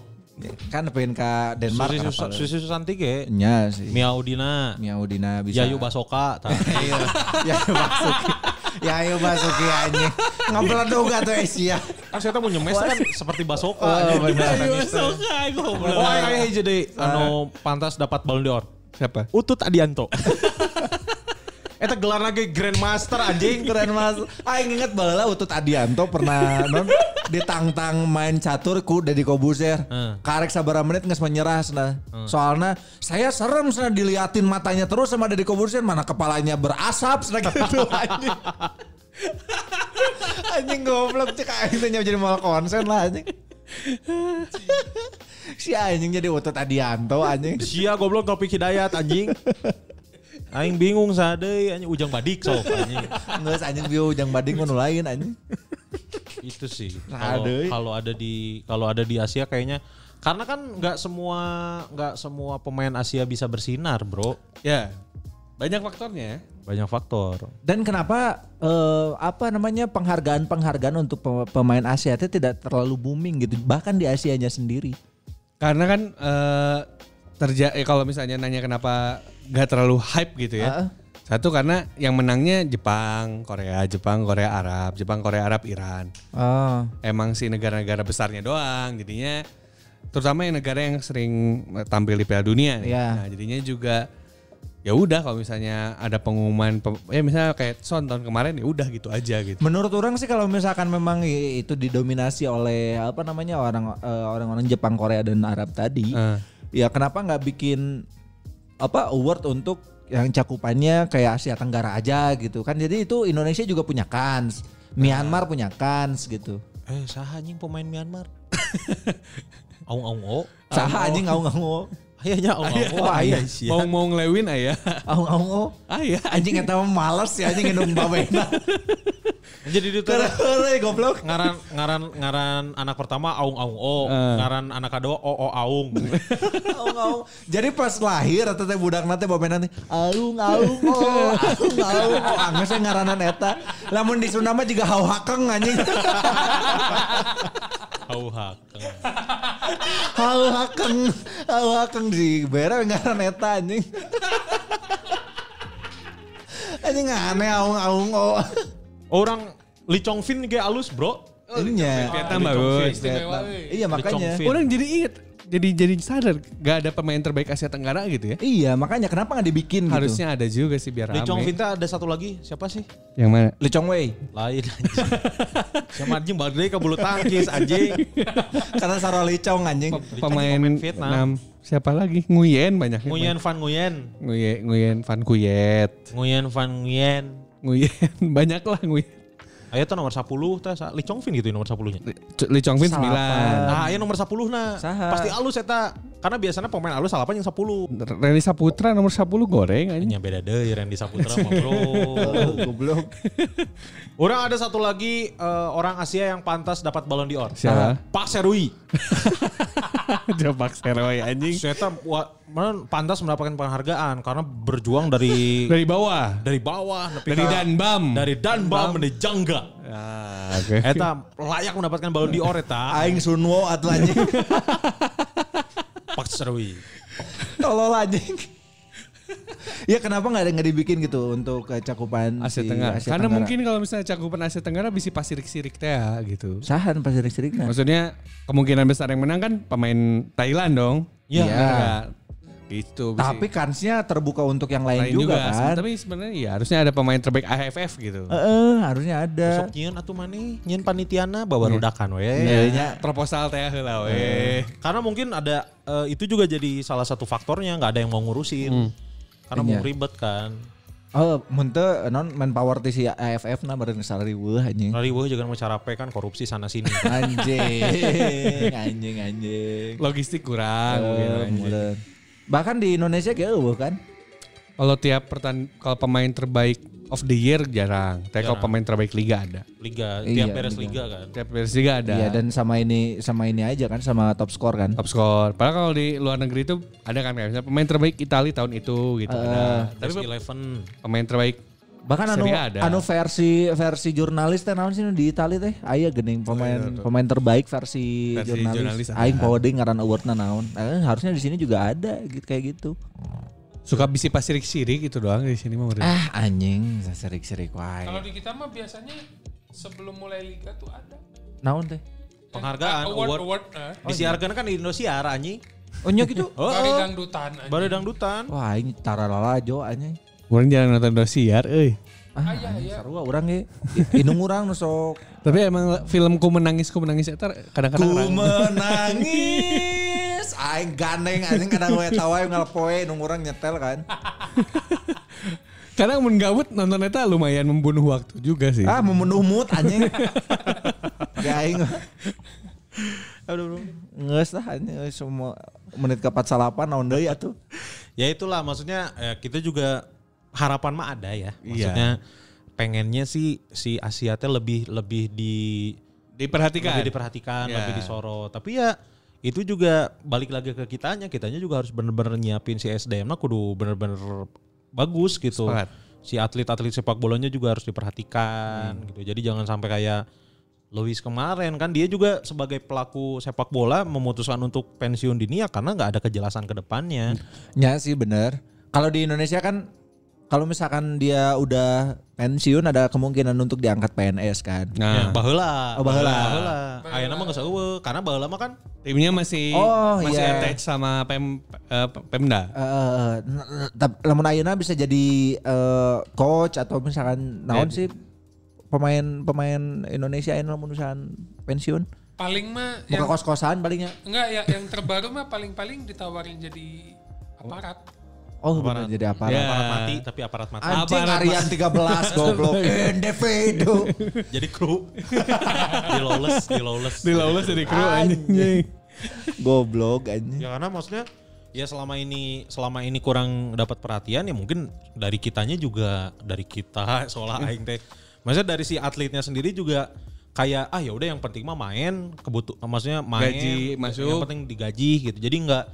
H: Kan nepikeun ka Denmark.
E: Susi
H: apa
E: Susa-
H: lah.
E: Susi Susanti ge.
H: Nya sih.
E: Mia Udina,
H: Miau Dina bisa.
E: Yayu Basoka. tah.
H: Yayu Basuki. Yayu Ya, Basuki anjing. Ngebledoga tuh eh, Asia.
E: Kan saya tuh mau nyemes kan seperti
H: Oh,
E: Basoka. anjing.
H: benar.
E: Oh, ayo ayo jadi anu pantas dapat Ballon d'Or.
F: Siapa?
E: Utut Adianto. Eta gelar lagi Grandmaster anjing.
H: Keren mas. Ah, Aing inget bala Utut Adianto pernah non ditantang main catur ku Deddy Kobuzer.
E: Hmm.
H: Karek sabara menit nges menyerah sana. Soalnya saya serem sana diliatin matanya terus sama Deddy Kobuzer. Mana kepalanya berasap sana gitu anjing. anjing goblok cek aing teh jadi mal konsen lah anjing. si anjing jadi Utut Adianto anjing.
E: Sia goblok topik hidayat anjing. Aing bingung sadei anjing ujang badik sok anjing.
H: Nges anjing bio jang bading nu lain anjing.
E: itu sih
H: Nah,
E: kalau
H: deh.
E: kalau ada di kalau ada di Asia kayaknya karena kan nggak semua nggak semua pemain Asia bisa bersinar bro
F: Ya, banyak faktornya. ya.
E: banyak faktor
H: Dan kenapa eh, apa namanya penghargaan-penghargaan untuk pe- pemain Asia itu tidak terlalu booming gitu, bahkan di Asianya sendiri.
F: Karena kan eh terja eh, kalau misalnya nanya kenapa nggak terlalu hype gitu
H: Heeh.
F: ya. Satu karena yang menangnya Jepang, Korea, Jepang, Korea Arab, Jepang, Korea Arab, Iran.
H: Oh.
F: Emang si negara-negara besarnya doang jadinya terutama yang negara yang sering tampil di Piala Dunia nih.
H: Iya.
F: Nah, jadinya juga ya udah kalau misalnya ada pengumuman pem- ya misalnya kayak Son tahun kemarin ya udah gitu aja gitu.
H: Menurut orang sih kalau misalkan memang i- itu didominasi oleh apa namanya orang eh, orang-orang Jepang, Korea dan Arab tadi,
F: Eh.
H: ya kenapa nggak bikin apa award untuk yang cakupannya kayak Asia Tenggara aja gitu kan? Jadi itu Indonesia juga punya kans, Myanmar punya kans gitu.
E: eh saha anjing pemain Myanmar aung aung o Iya,
H: Saha anjing ngau-ngau.
E: ayahnya Iya, aung aung o
H: Oh, ayah.
F: Mau mau ngelewin ayah.
H: Ngau-ngau.
F: Ayah.
H: Anjing eta mah males ya anjing ngendong babena.
E: jadi itu
H: Terus goblok.
E: ngaran ngaran ngaran anak pertama aung aung o ngaran anak kedua o o aung
H: Aung, aung. Jadi pas lahir atau teh budak nanti bawa nanti aung aung oh aung aung oh angges yang ngaranan eta. Lamun di Sunda mah juga hau hakeng anjing.
E: hau hak
H: Hau hakeng, hau hakeng di bere ngaran eta anjing. Anjing aneh aung aung oh.
E: orang Lee Chong Fin juga alus bro
H: Iya.
F: Vietnam bagus.
B: Istimewa, eh.
H: Iya makanya.
E: Chong Fin.
F: Orang jadi inget, jadi jadi sadar gak ada pemain terbaik Asia Tenggara gitu ya.
H: Iya makanya kenapa nggak dibikin gitu?
F: Harusnya ada juga sih biar
E: Lee Chong
F: rame.
E: Fin teh ada satu lagi siapa sih
F: Yang mana?
H: Lee Chong Wei
E: lain anjing. Sama anjing balik lagi ke bulu tangkis anjing.
H: karena Saro Lee Chong anjing.
F: Pemain,
E: pemain Vietnam.
F: Vietnam. Siapa lagi? Nguyen banyak.
E: Nguyen Van Nguyen.
F: Nguyen, Nguyen Van Kuyet.
E: Nguyen Van Nguyen.
F: Nguyen banyak lah Nguyen.
E: Ayo tuh nomor 10 teh Lee Chong Fin gitu nomor 10-nya.
F: Lee Chong Fin
H: Salapan.
F: 9.
E: Nah, ayo nomor 10 nah.
H: Saha.
E: Pasti alus eta. Karena biasanya pemain alus salapan yang 10.
F: Reni Saputra nomor 10 goreng aja.
E: Nya beda deh Randy Saputra mah bro.
H: Goblok.
E: Orang ada satu lagi eh, orang Asia yang pantas dapat balon d'Or.
F: Siapa?
E: Pak Serui.
F: Coba Seroy anjing.
E: Saya pantas mendapatkan penghargaan karena berjuang dari
F: Dari bawah.
E: dari bawah nepi
F: Dari
E: ka-
F: Danbam.
E: dari Danbam dari Jangga.
F: Ah, oke.
E: Nah. Eta layak mendapatkan balon d'Or eta.
H: Aing Sunwo atau anjing.
E: Pak Serwi.
H: Tolol anjing. ya kenapa nggak ada nggak dibikin gitu untuk eh, cakupan si
F: Asia Tenggara.
H: Asia
F: Karena
H: Tenggara.
F: mungkin kalau misalnya cakupan Asia Tenggara bisa pasirik-sirik teh gitu.
H: sahan pas dari serikna.
F: Maksudnya kemungkinan besar yang menang kan pemain Thailand dong.
H: Iya.
F: Bener nggak? Gitu. bisa.
H: Tapi kansnya terbuka untuk yang lain,
F: Lain
H: juga, kan.
F: Tapi sebenarnya ya harusnya ada pemain terbaik AFF gitu.
H: Eh, harusnya ada.
E: Sok nyieun atuh maneh, nyieun panitiana bawa rudakan we. Iya.
H: Kayaknya
F: Proposal teh heula
H: Eh.
F: we.
E: Karena mungkin ada eh, itu juga jadi salah satu faktornya nggak ada yang mau ngurusin. Karena mau
H: Iya.
E: ribet kan.
H: oh muntah non manpower ti si AFF nah bareng salary weuh anjing.
E: Lari wah jangan mau carape kan korupsi sana sini.
H: Anjing, anjing, anjing.
F: Logistik kurang gitu. mungkin.
H: Eh, mulen. Bahkan di Indonesia kayak eueuh kan.
F: Kalau tiap pertan kalau pemain terbaik of the year jarang. Tapi kalau pemain terbaik liga ada.
E: Liga,
H: Iya,
E: tiap beres liga, kan.
F: Tiap players liga ada.
H: Iya dan sama ini sama ini aja kan sama top score kan.
F: top score. Padahal kalau di luar negeri itu ada kan kayak misalnya pemain terbaik Italia tahun itu gitu ada.
E: Tapi eleven
F: Pemain terbaik
H: Eh. Bahkan anu
F: Serie A ada.
H: anu versi versi jurnalis teh naon sih nu di Itali teh aya gening pemain pemain terbaik Oh, iya, versi,
F: Versi
H: jurnalis. ah.
F: jurnalis ada.
H: Aing power deui ngaran awardna naon. Eh, harusnya di sini juga ada gitu kayak gitu.
F: suka bisi pasirik sirik gitu doang di sini mah berarti.
H: Ah anjing serik-serik
B: Kalau
H: wae.
B: di kita mah biasanya sebelum mulai liga tuh ada.
H: Naon teh?
E: penghargaan
B: Ah,
E: award.
B: award, award. ah.
E: Disiarkan kan di Indosiar anjing.
H: Oh nya gitu.
E: Oh,
B: Bari
E: oh.
B: dangdutan anjing.
E: Baru dangdutan.
H: Wah aing taralala jo anjing.
F: Orang jarang nonton dosiar, euy.
H: Ah,
E: iya,
B: Aya,
H: anjing,
B: aya.
H: sarua urang ge. Indung urang nu sok
F: Tapi emang film ku menangis ku menangis itu kadang-kadang
H: Ku
F: orang-
H: menangis. Aing gandeng anjing kadang we tawa ngalepoe nung urang nyetel kan.
F: kadang mun gabut nonton eta lumayan membunuh waktu juga sih.
H: Ah memenuh mood anjing. Gaing.
E: Aduh, bro.
H: Nges lah anjing geus semua menit ke 48 naon deui atuh.
E: Ya itulah maksudnya ya kita juga harapan mah ada ya.
F: Iya.
E: Maksudnya pengennya sih si Asia teh lebih lebih di
F: diperhatikan.
E: lebih diperhatikan,
F: Ya.
E: lebih disorot. Tapi ya itu juga balik lagi ke kitanya, kitanya juga harus bener-bener nyiapin si SDM nah kudu bener-bener bagus gitu.
F: Sepakat.
E: Si atlet-atlet sepak bolanya juga harus diperhatikan gitu. Jadi jangan sampai kayak Luis kemarin kan dia juga sebagai pelaku sepak bola memutuskan untuk pensiun dini ya karena nggak ada kejelasan ke depannya.
H: Ya sih bener. Kalau di Indonesia kan kalau misalkan dia udah pensiun ada kemungkinan untuk diangkat PNS kan.
E: Ya,
F: Nah,
E: baheula.
H: Oh, baheula.
E: Baheula. Ayeuna mah geus eueuh, karena baheula mah kan
F: timnya masih
H: Oh,
F: masih
H: iya.
F: attached sama pem, eh, Pemda.
H: Eh, n- n- tap- lamun ayeuna bisa jadi eh, coach atau misalkan naon
F: Ya.
H: sih pemain pemain Indonesia yang lamun usahan pensiun
B: Paling mah
H: buka
B: yang
H: kos kosan palingnya.
B: enggak ya yang terbaru mah paling-paling ditawarin jadi aparat.
H: Oh bener jadi apa?
F: Ya.
E: aparat mati tapi aparat mati.
H: Anjing
F: Aparat,
H: Aryan 13 goblok. Endevedo.
E: Jadi kru. di lawless, di lawless.
F: Di Lawless jadi kru
D: Ah,
F: anjing.
H: Anjing. Goblok anjing.
E: Ya karena maksudnya ya selama ini selama ini kurang dapat perhatian ya mungkin dari kitanya juga dari kita seolah aing teh. Maksudnya dari si atletnya sendiri juga kayak ah ya udah yang penting mah main kebutuh maksudnya main
F: Gaji masuk.
E: yang penting digaji gitu. Jadi nggak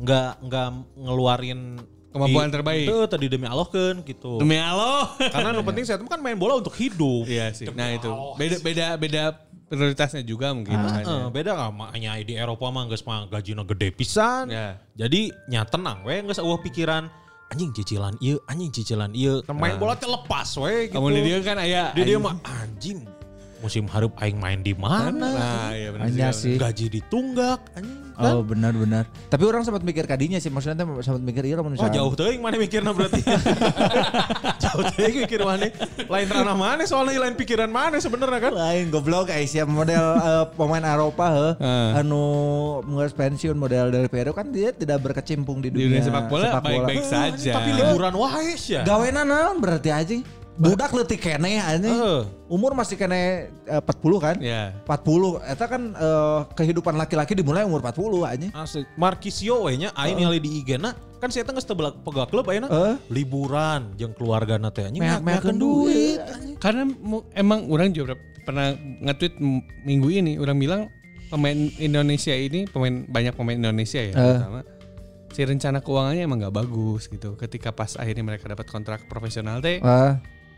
E: nggak nggak ngeluarin
F: Kemampuan
E: di-
F: terbaik.
E: Tuh tadi demi Allah kan gitu.
F: Demi Allah.
E: Karena yang penting saya kan main bola untuk hidup.
F: Iya sih. Nah itu beda beda beda prioritasnya juga mungkin. makanya.
E: Heeh, Eh, beda nggak makanya di Eropa mah geus mah gajinya gede pisan.
F: Ya.
E: Jadi nya tenang we geus eueuh pikiran anjing cicilan ieu, anjing cicilan ieu. Main bola teh lepas we gitu.
F: Kamu di dia kan ayah.
E: Di dia mah anjing musim hareup aing main di mana?
F: Nah, iya benar
H: Hanya
F: juga.
H: sih.
E: Gaji ditunggak anjing.
H: Oh benar-benar. Tapi orang sempat mikir kadinya sih, maksudnya teh sempat mikir iya lah
F: Oh,
E: Wah
H: misalkan.
E: oh, jauh teuing mana mikirna berarti. jauh teuing mikir mana. Lain ranah mana soalnya lain pikiran mana sebenarnya kan.
H: lain goblok kayak siap model eh, pemain Eropa heh
F: Heeh.
H: anu mengurus pensiun model dari Peru kan dia tidak berkecimpung di dunia,
F: Di dunia Iya, sepak bola baik-baik saja.
E: Tapi liburan wae sih ya.
H: Gawena naon eh, berarti aja budak leutik kene aja
E: Heeh.
H: umur masih kene eh, 40 kan
F: Ya.
H: 40 eta kan eh, kehidupan laki-laki dimulai umur 40 aja
E: Asli. Markisio we nya aing ningali di IG na kan saya tengah setelah pegawai klub ayeuna
H: Heeh.
E: liburan jeung keluarga na teh anjing
H: Meak-meakeun
E: meak-meakeun
H: duit.
E: duit.
F: Karena mu- emang orang juga pernah nge-tweet m- minggu ini orang bilang pemain Indonesia ini pemain banyak pemain Indonesia ya terutama si rencana keuangannya emang nggak bagus gitu. Ketika pas akhirnya mereka dapat kontrak profesional teh
H: Wah,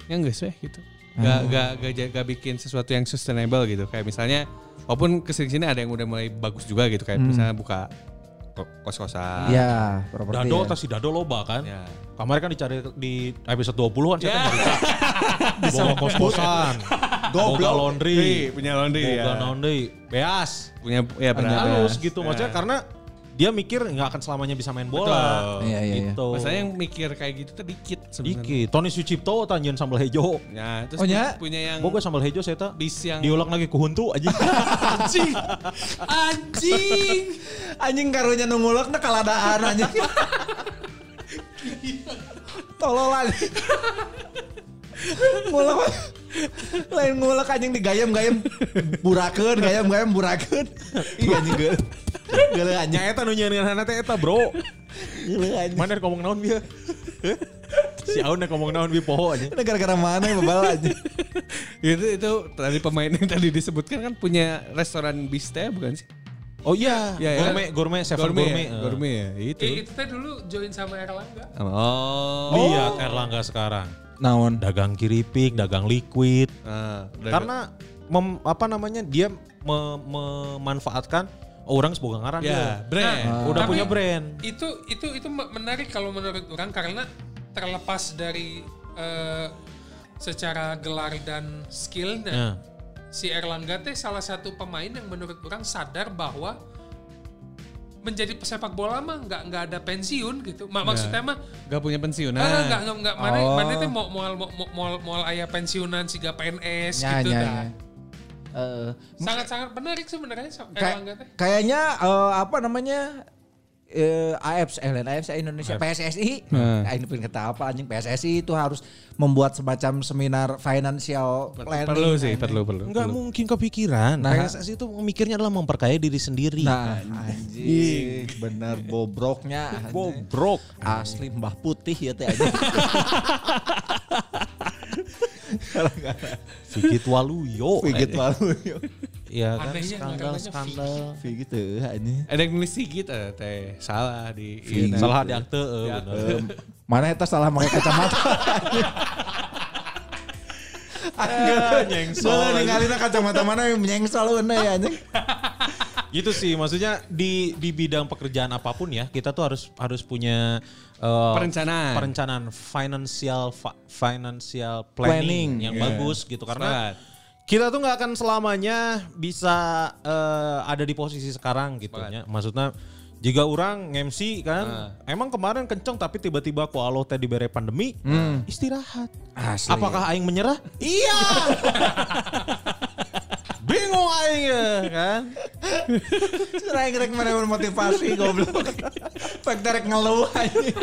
F: ya enggak sih gitu gak, gak, gak, ja- gak bikin sesuatu yang sustainable gitu kayak misalnya walaupun kesini sini ada yang udah mulai bagus juga gitu kayak misalnya buka ko- kos-kosan
H: ya properti
E: Dado
H: ya.
E: tas si Dado loba kan.
F: Ya.
E: Kemarin kan dicari di episode 20-an saya
F: Ya.
E: teh cerita. Boga kos-kosan. Boga laundry.
F: Iya, punya laundry ya
E: Boga naon deui. Beas.
F: punya ya benar
E: Halus gitu maksudnya karena dia mikir nggak akan selamanya bisa main
H: Iya,
E: bola.
H: iya, iya.
E: Gitu.
F: masalahnya yang mikir kayak gitu tuh dikit sebenarnya
E: Iki Tony Sucipto tanjeun sambal hejo.
F: ya
H: Oh,
F: terus punya,
H: ya?
F: punya yang
E: Boga sambal hejo saya teh
F: bis yang
E: diulang lagi ku huntu aja.
H: anjing anjing anjing karunya nungulek na kaladaan anjing tololan ngulek lain ngulek anjing digayam-gayam burakeun gayam-gayam burakeun Ih, anjing geuleuh geuleuh anjing
E: Nya eta nu nyeunkeun hana teh eta, Bro.
H: geuleuh anjing
E: Mana ngomong naon dia? si Aun yang ngomong naon bi poho aja.
H: Ini gara-gara mana yang bebal anjing
F: itu itu tadi pemain yang tadi disebutkan kan punya restoran bis teh bukan sih
E: Oh iya,
F: Iya, iya.
E: gourmet, gourmet, chef
F: gourmet
E: gourmet.
F: gourmet,
E: Eh.
F: ya, gourmet ya, itu
B: Eh, itu teh dulu join sama Erlangga.
F: oh
E: Lihat Iya, Erlangga sekarang,
H: naon
E: dagang keripik, dagang liquid.
F: Nah, udah-
E: Karena mem- apa namanya dia me- memanfaatkan oh, orang sebagai ngaran
F: ya
E: dia. Ah.
F: brand
E: Udah
B: Nah, Tapi-
E: punya brand.
B: itu itu itu me- menarik kalau menurut orang karena terlepas dari eh, secara gelar dan skillnya
E: Ya.
B: si Erlangga teh salah satu pemain yang menurut orang sadar bahwa menjadi pesepak bola mah nggak nggak ada pensiun gitu Ma-
E: Ya.
B: maksudnya mah
F: Gak punya
E: Nah.
F: Nah, pensiunan.
B: ah, nggak nggak nggak mana mana
E: Oh.
B: teh mau mau mau mau mau ayah pensiunan siga PNS
E: Ya,
H: nya
B: gitu
H: nya
B: dah.
H: nya. Eh,
B: sangat sangat menarik sebenarnya Eh, so-
H: Kay-
B: Erlangga teh
H: kayaknya eh, apa namanya eh AFC eh, lain, AFC Indonesia PSSI nah. ini pengen kata apa anjing PSSI itu harus membuat semacam seminar financial planning
F: perlu sih, perlu, perlu.
E: Enggak mungkin kepikiran.
H: Nah.
E: PSSI itu mikirnya adalah memperkaya diri sendiri.
H: nah anjing bener bobroknya anjing.
E: Bobrok.
H: asli mbah putih ya teh anjing
E: Sigit Waluyo.
H: Pigit malu yuk.
E: Iya kan
B: Anehnya
E: skandal
B: namanya
E: skandal.
H: gitu anjing.
F: Ada yang nulis Sigit eh, teh salah di
H: Sigit.
F: Iya,
E: Salah di akte eh, bener.
H: Em, mana eta salah pakai kacamata.
E: Ah, nyengsel.
H: Soalnya ninggalinnya kacamata mana yang nyengsel eueuh ya anjing.
E: Itu Gitu sih maksudnya di di bidang pekerjaan apapun ya kita tuh harus harus punya eh,
F: Perencanaan.
E: perencanaan financial fa- financial planning,
H: Planning,
E: yang
H: iya.
E: bagus gitu karena
F: Sepakat.
E: kita tuh nggak akan selamanya bisa eh, ada di posisi sekarang gitu ya. Maksudnya jika orang
H: Nah.
E: MC kan emang kemarin kenceng tapi tiba-tiba ku aloh teh dibere pandemi
H: Hmm.
E: istirahat.
H: Asli.
E: Apakah aing menyerah? iya. Bingung aing ya kan.
H: Cerai rek mana motivasi goblok. Pek derek ngeluh anjing.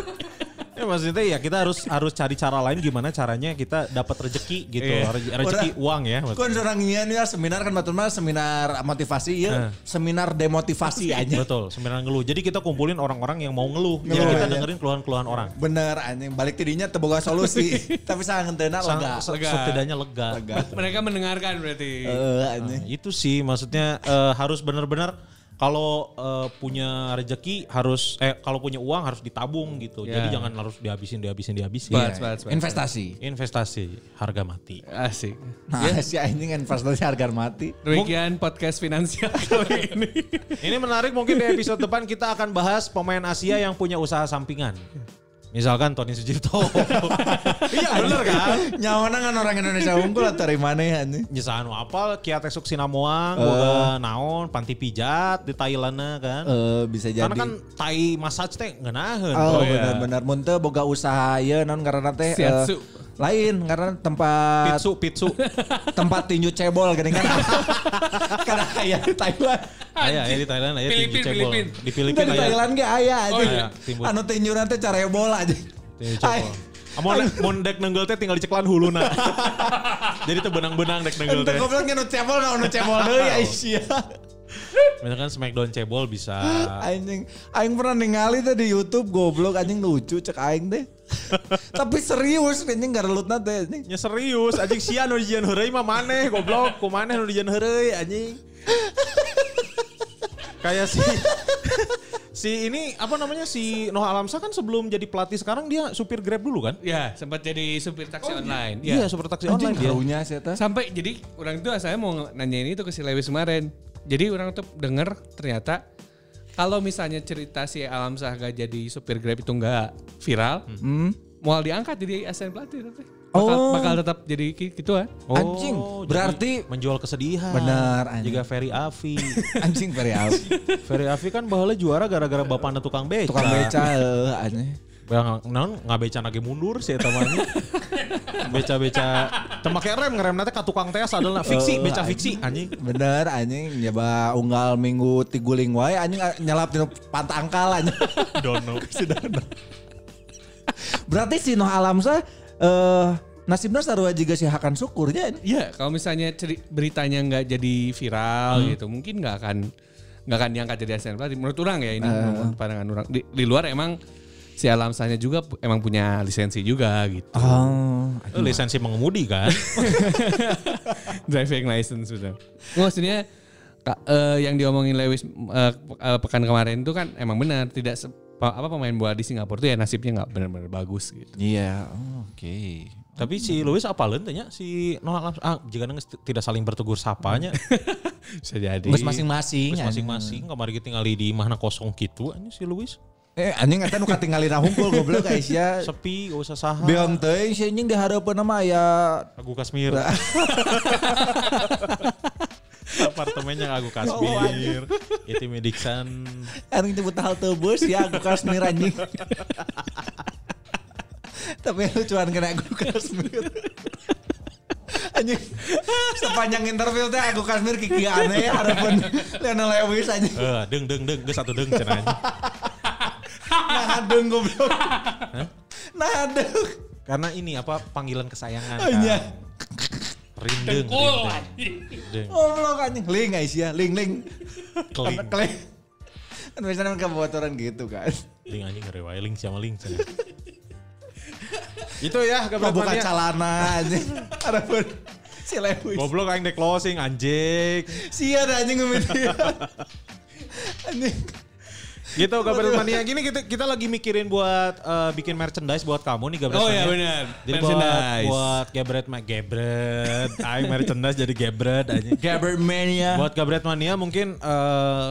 E: Ya maksudnya ya kita harus harus cari cara lain gimana caranya kita dapat rezeki gitu.
F: Iya.
E: Re- Rezeki
H: Orang-
E: uang ya
H: Kan
E: maksudnya.
H: orang nyian ya seminar kan betul mah seminar motivasi ya, seminar demotivasi aja.
E: Betul, seminar ngeluh. Jadi kita kumpulin orang-orang yang mau ngeluh. Jadi
H: iya? Ngeluh,
E: kita
H: ya.
E: dengerin keluhan-keluhan orang.
H: Bener anjing, balik tidinya teboga solusi. Tapi sangat tenar
E: Sang-
H: lega.
E: se-
F: Lega.
E: Setidaknya lega.
H: Lega.
F: Mereka mendengarkan berarti.
H: Eh anjing.
E: Itu sih maksudnya eh, harus benar-benar kalau eh, punya rezeki harus eh kalau punya uang harus ditabung gitu. Jadi
F: Ya.
E: jangan harus dihabisin, dihabisin, dihabisin.
F: Sepakat,
H: Iya.
F: sepakat, sepakat.
H: Investasi.
E: Investasi harga mati.
F: Asik.
H: Nah, si anjing investasi harga mati.
F: Demikian podcast finansial kali ini.
E: Ini menarik mungkin di episode depan kita akan bahas pemain Asia yang punya usaha sampingan. Misalkan Tony Sujipto. iya bener kan?
H: Nyawana kan orang Indonesia unggul atau dari mana ya anjing?
E: Nyesaan apal, Kia Teksuk Sinamoang,
H: Eh.
E: boga naon, panti pijat di Thailandnya kan.
H: Eh, bisa jadi.
E: Karena kan Thai massage teh ngeunaheun.
H: Oh,
F: Oh, iya.
H: benar-benar mun teu boga usaha ieu naon karena teh eh,
F: Shiatsu.
H: lain karena tempat
E: Pitsu, pitsu.
H: tempat tinju cebol gini kan. Karena aya di Thailand.
E: Aya ya di Thailand aya tinju
B: Filipin,
E: cebol. ya.
B: Filipin.
E: Di Filipin
H: Dari
E: aya
H: Thailand ge aya anjing.
E: iya. Timbul.
H: Anu tinju nanti carebol aja.
E: tinju cebol. Amon mun dek nenggel teh tinggal diceklan huluna. Jadi teu benang-benang dek nenggel
H: Untuk
E: teh.
H: goblok anu cebol naon anu cebol deui ya sia.
E: Misalkan Smackdown cebol bisa.
H: Anjing, aing pernah ningali teh di YouTube goblok anjing lucu cek aing teh. Tapi serius anjing garelutna teh anjing.
E: Ya serius, anjing sia nu dijian heureuy mah maneh goblok, ku maneh nu dijian heureuy anjing. Kayak si si ini apa namanya si Noah Alamsa kan sebelum jadi pelatih sekarang dia supir Grab dulu kan?
F: ya, sempat jadi supir taksi online. Ya.
E: Iya, supir taksi
H: Anjing
E: online dia.
H: karunya sih teh.
F: Sampai jadi orang itu saya mau nanyain itu ke si Lewis kemarin. Jadi orang tuh denger ternyata kalau misalnya cerita si Alam Sah gak jadi supir Grab itu nggak viral, mau diangkat jadi asisten pelatih tapi bakal,
H: Hmm. Oh.
F: bakal tetap jadi ki- gitu kan.
H: Anjing,
E: Oh, jadi
H: berarti-
E: menjual kesedihan.
H: Benar, anjing.
E: Juga Ferry Afi.
H: Anjing very out.
E: Ferry Afi kan bahala juara gara-gara bapaknya tukang beca.
H: Tukang beca eh, anjing.
E: Bang, naon ngabeca nage mundur sih temannya. Beca-beca. Temake rem ngerem nanti ka tukang teh adalah
H: Eh,
E: fiksi, beca fiksi Oh, anjing.
H: Bener anjing nyoba unggal minggu tiguling wae anjing ah, nyelap di pantangkal anjing.
E: Dono.
H: Berarti si Noh Alamsa eh nasibnya sarua juga si Hakan Syukurnya ini.
F: Iya, kalau misalnya ceri- beritanya nggak jadi viral gitu, mungkin nggak akan nggak akan diangkat jadi asisten pelatih. Menurut orang ya ini menurut pandangan orang. Di, di luar emang si Alam Sahnya juga pu- emang punya lisensi juga gitu.
H: Oh.
E: Lu lisensi mengemudi kan?
F: driving license sudah. Maksudnya ka- eh, yang diomongin Lewis eh, pe- eh, pekan kemarin itu kan emang benar tidak se- pa- apa pemain bola di Singapura tuh ya nasibnya nggak benar-benar bagus gitu.
H: Iya, oh, oke.
E: Tapi si Luis apa tanya si Noah Lam ah jika nangis t- tidak saling bertegur sapanya
F: Bisa jadi.
H: Geus masing-masing.
E: terus
H: anjing.
E: masing-masing kamari kita tinggali di mana kosong gitu anjing si Luis
H: Eh anjing eta nu katinggalina hungkul goblok guys ya.
E: sepi gak usah saha
H: Beong teuing si anjing dihareupeun mah aya
E: Agu Kasmir apartemennya Agu Kasmir itu Mediksan
H: anjing teu buta halte bus ya aku kasmir anjing. Tapi lucuan kena aku kasmir. Anjing sepanjang interview teh aku kasmir kiki aneh harapan Lionel Lewis anjing.
E: eh deng deng deng geus satu deng cenah anjing.
H: Nah adeng goblok. Nah adeng.
E: karena ini apa panggilan kesayangan kan
H: Iya.
E: rindeng
B: Dengkul,
E: rindeng,
B: anjing.
E: Deng.
H: Goblok anjing. Ling guys ya, ling ling.
E: Keling.
H: Karena Keling. Kan biasanya mereka buat orang gitu kan.
E: Ling anjing ngerewae ling sama ling cenah. Itu
H: Lo
E: ya
H: buka
E: kabar-kabarnya.
H: celana anjing. Harapan
F: si Lewis.
E: Goblok aing dek closing anjing.
H: ya,
F: Sian anjing ngemedia. anjing.
E: Gitu Gabriel Mania gini kita, kita lagi mikirin buat eh, bikin merchandise buat kamu nih Gabriel
F: Oh iya benar.
E: Jadi buat, buat Gebret Ma- Gebret. Aing merchandise jadi Gebret anjing.
H: Gabber
F: Iya.
H: Mania.
E: Buat Gabret Mania mungkin eh,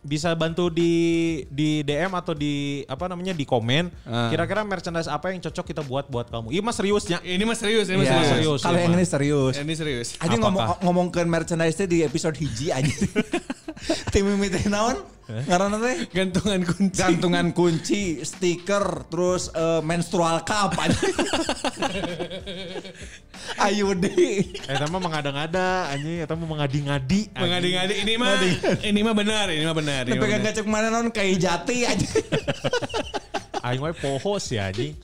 E: bisa bantu di di DM atau di apa namanya di komen
F: Ah.
E: kira-kira merchandise apa yang cocok kita buat buat kamu. Iya Mas seriusnya.
F: Ini mah serius, ini mah
H: Iya.
F: serius. ya,
E: serius,
H: Kalau
E: iya,
H: yang
E: Mas.
H: ini serius.
F: Ini serius.
H: Aja ngomong ngomong ke merchandise di episode hiji aja. Tim Mimi teh naon?
F: Eh?
H: Ngaranna teh
F: Gantungan kunci.
H: gantungan kunci, stiker, terus eh, menstrual cup aja. Ayo deh.
E: Eh sama mengada-ngada anjing atau mengadi-ngadi. anjing.
F: Mengadi-ngadi ini mah ini mah benar, ini mah benar. ini mah
H: Pegang
F: benar.
H: gacek mana non kayak jati aja.
E: Aing wae poho sih anjing.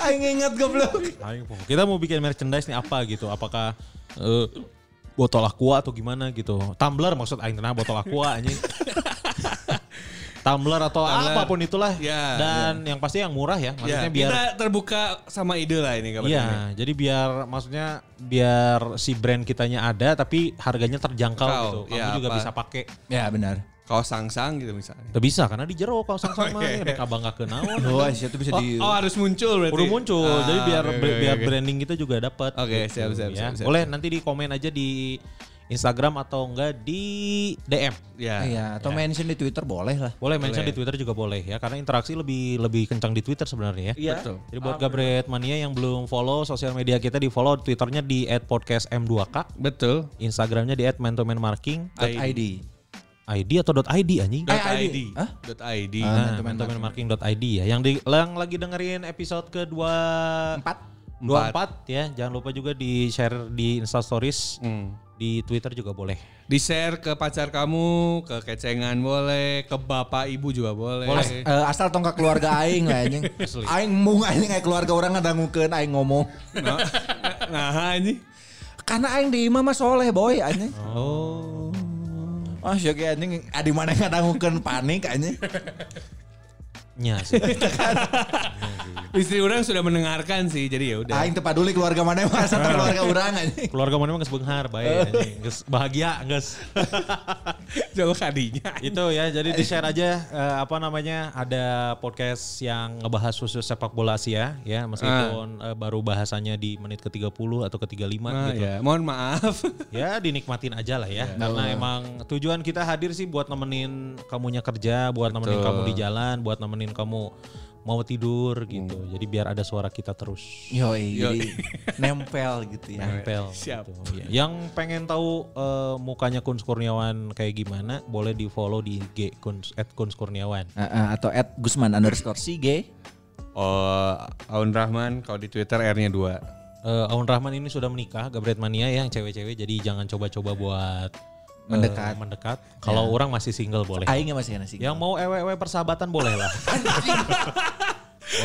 H: Ayo nginget goblok.
E: Aing poho. Kita mau bikin merchandise nih apa gitu? Apakah eh, botol aqua atau gimana gitu? Tumbler maksud aing nah botol aqua anjing. Tumbler atau
F: Tumbler.
E: apapun itulah.
F: Ya,
E: Dan yang pasti yang murah ya. Maksudnya
F: Ya,
E: biar
F: kita terbuka sama ide lah ini kabarnya.
E: Iya, jadi biar maksudnya biar si brand kitanya ada tapi harganya terjangkau
F: Terjangkau,
E: gitu. Kamu
F: iya,
E: juga
F: apa.
E: bisa pakai.
H: Ya benar.
F: Kaos sangsang gitu misalnya.
E: Tidak bisa karena di jero kalau sama
F: Oh, iya.
E: ini rek abang gak kenal.
H: Oh, itu bisa
F: Oh,
H: di
F: oh, harus muncul berarti.
E: Udah muncul,
F: Ah,
E: jadi biar
F: oke, oke,
E: biar
F: oke.
E: branding kita juga dapat.
F: Oke, siap, siap,
E: ya.
F: siap, siap.
E: Boleh nanti di komen aja di Instagram atau enggak di DM.
F: Ya.
H: Iya, atau mention di Twitter boleh lah.
E: Boleh mention di Twitter juga boleh ya karena interaksi lebih lebih kencang di Twitter sebenarnya ya.
F: Iya. Betul.
E: Jadi buat Gabret Mania yang belum follow sosial media kita di follow Twitternya di @podcastm2k.
F: Betul.
E: Instagramnya di @mentomenmarking
H: .id.
E: .id atau .id anjing.
F: Dot
H: Eh,
F: ID.
H: ID. Hah?
F: Dot ID.
E: Nah, mentomenmarking.id ya. Yang di yang lagi dengerin episode kedua
H: Empat.
E: 24 ya. Jangan lupa juga di share di Insta Stories.
F: Hmm.
E: Di Twitter juga boleh.
F: Di share ke pacar kamu, ke kecengan boleh, ke bapak ibu juga boleh.
H: As- eh, asal tongkat keluarga aing lah anjing. Aing mung aing aing keluarga orang ngadangukeun aing ngomong.
F: Nah, nah ini.
H: Karena aing di imam mah soleh boy anjing.
E: Oh.
H: Ah sih oke anjing adi mana ngadangukeun panik anjing.
E: Nya sih.
F: Istri orang sudah mendengarkan sih, jadi ya udah.
H: Aing teu paduli keluarga mana mah asal tong keluarga urang anjing.
E: Keluarga mana mah geus beunghar bae anjing. Geus bahagia geus.
F: Jauh kadinya.
E: Itu ya, jadi di share aja eh, apa namanya ada podcast yang ngebahas khusus sepak bola Asia ya, meskipun eh, baru bahasannya di menit ke-30 atau ke-35
F: Nah,
E: gitu.
F: ya. Mohon maaf.
E: Ya dinikmatin aja lah ya, karena emang tujuan kita hadir sih buat nemenin kamunya kerja, buat nemenin kamu di jalan, buat nemenin kamu mau tidur gitu. Jadi biar ada suara kita terus.
H: Yoi, jadi nempel gitu ya.
E: Nempel.
F: Siap.
E: gitu. Ya. Yang pengen tahu eh, mukanya Kun Kurniawan kayak gimana, boleh di follow di IG Kuns, at Kuns Kurniawan.
H: Ah, ah, atau at Gusman underscore Sige.
F: Oh, Aun Rahman kalau di Twitter R-nya 2.
E: Eh, Aun Rahman ini sudah menikah, Gabret Mania ya, yang cewek-cewek, jadi jangan coba-coba buat eh,
H: Mendekat.
E: mendekat. Kalau orang masih single boleh.
H: Aingnya masih kena Sige.
E: Yang mau ewe-ewe persahabatan boleh lah.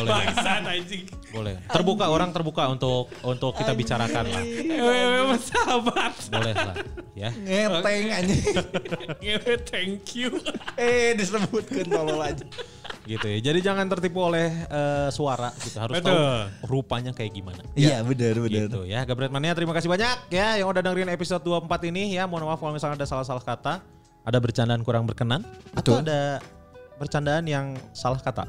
E: boleh, boleh.
F: Bangsat anjing.
E: boleh. Terbuka orang terbuka untuk untuk kita bicarakan lah.
F: Ewe sahabat.
E: Boleh lah, ya.
H: Ngeteng anjing.
F: Ewe thank you.
H: eh disebutkan tolol aja.
E: Gitu ya. Jadi jangan tertipu oleh eh, suara gitu. Harus tahu rupanya kayak gimana.
H: Iya benar benar.
E: Gitu ya. Gabret Mania terima kasih banyak ya yang udah dengerin episode 24 ini ya. Mohon maaf kalau misalnya ada salah-salah kata, ada bercandaan kurang berkenan atau ada bercandaan yang salah kata.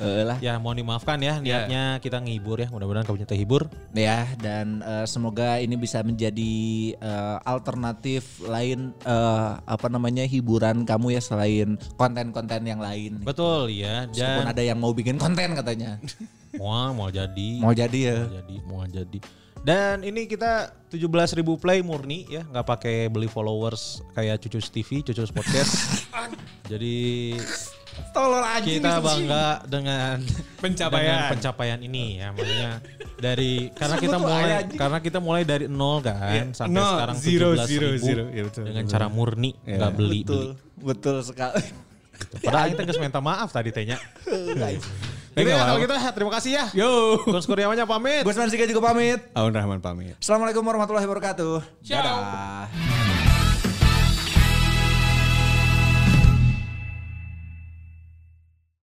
H: Heeh Eh, lah.
E: ya, mohon dimaafkan
H: Iya.
E: ya. Niatnya kita ngibur ya. Mudah-mudahan kamu nyata hibur.
H: Ya, dan eh, semoga ini bisa menjadi eh, alternatif lain eh, apa namanya hiburan kamu ya selain konten-konten yang lain.
E: Betul ya.
H: Meskipun
E: Dan
H: ada yang mau bikin konten katanya.
E: mau mau jadi.
H: mau jadi ya.
E: Mau jadi, mau jadi. Dan ini kita 17.000 play murni ya, nggak pakai beli followers kayak Cucu TV, Cucu Podcast. jadi
H: Tolol anjing.
E: kita bangga dengan
F: Pencapaian.
E: dengan pencapaian ini ya maksudnya dari karena
H: Semua
E: kita
H: tuh
E: mulai
H: ada anjing.
E: karena kita mulai dari nol
F: Iya,
E: kan sampai
F: nol,
E: sekarang
F: zero,
E: 17.000
F: zero, zero. Iya, betul,
E: dengan
F: betul.
E: cara murni nggak beli
H: Iya. Betul, betul sekali.
E: beli. Padahal kita nggak minta maaf tadi tanya.
F: Nggak
E: Jadi ya, kalau
F: apa-apa.
E: kita terima kasih ya.
F: Yo.
E: Kus Kurniawannya pamit.
H: Gusman Siga juga pamit.
F: Aun Rahman pamit.
H: Assalamualaikum warahmatullahi wabarakatuh.
B: Ciao.
H: Dadah.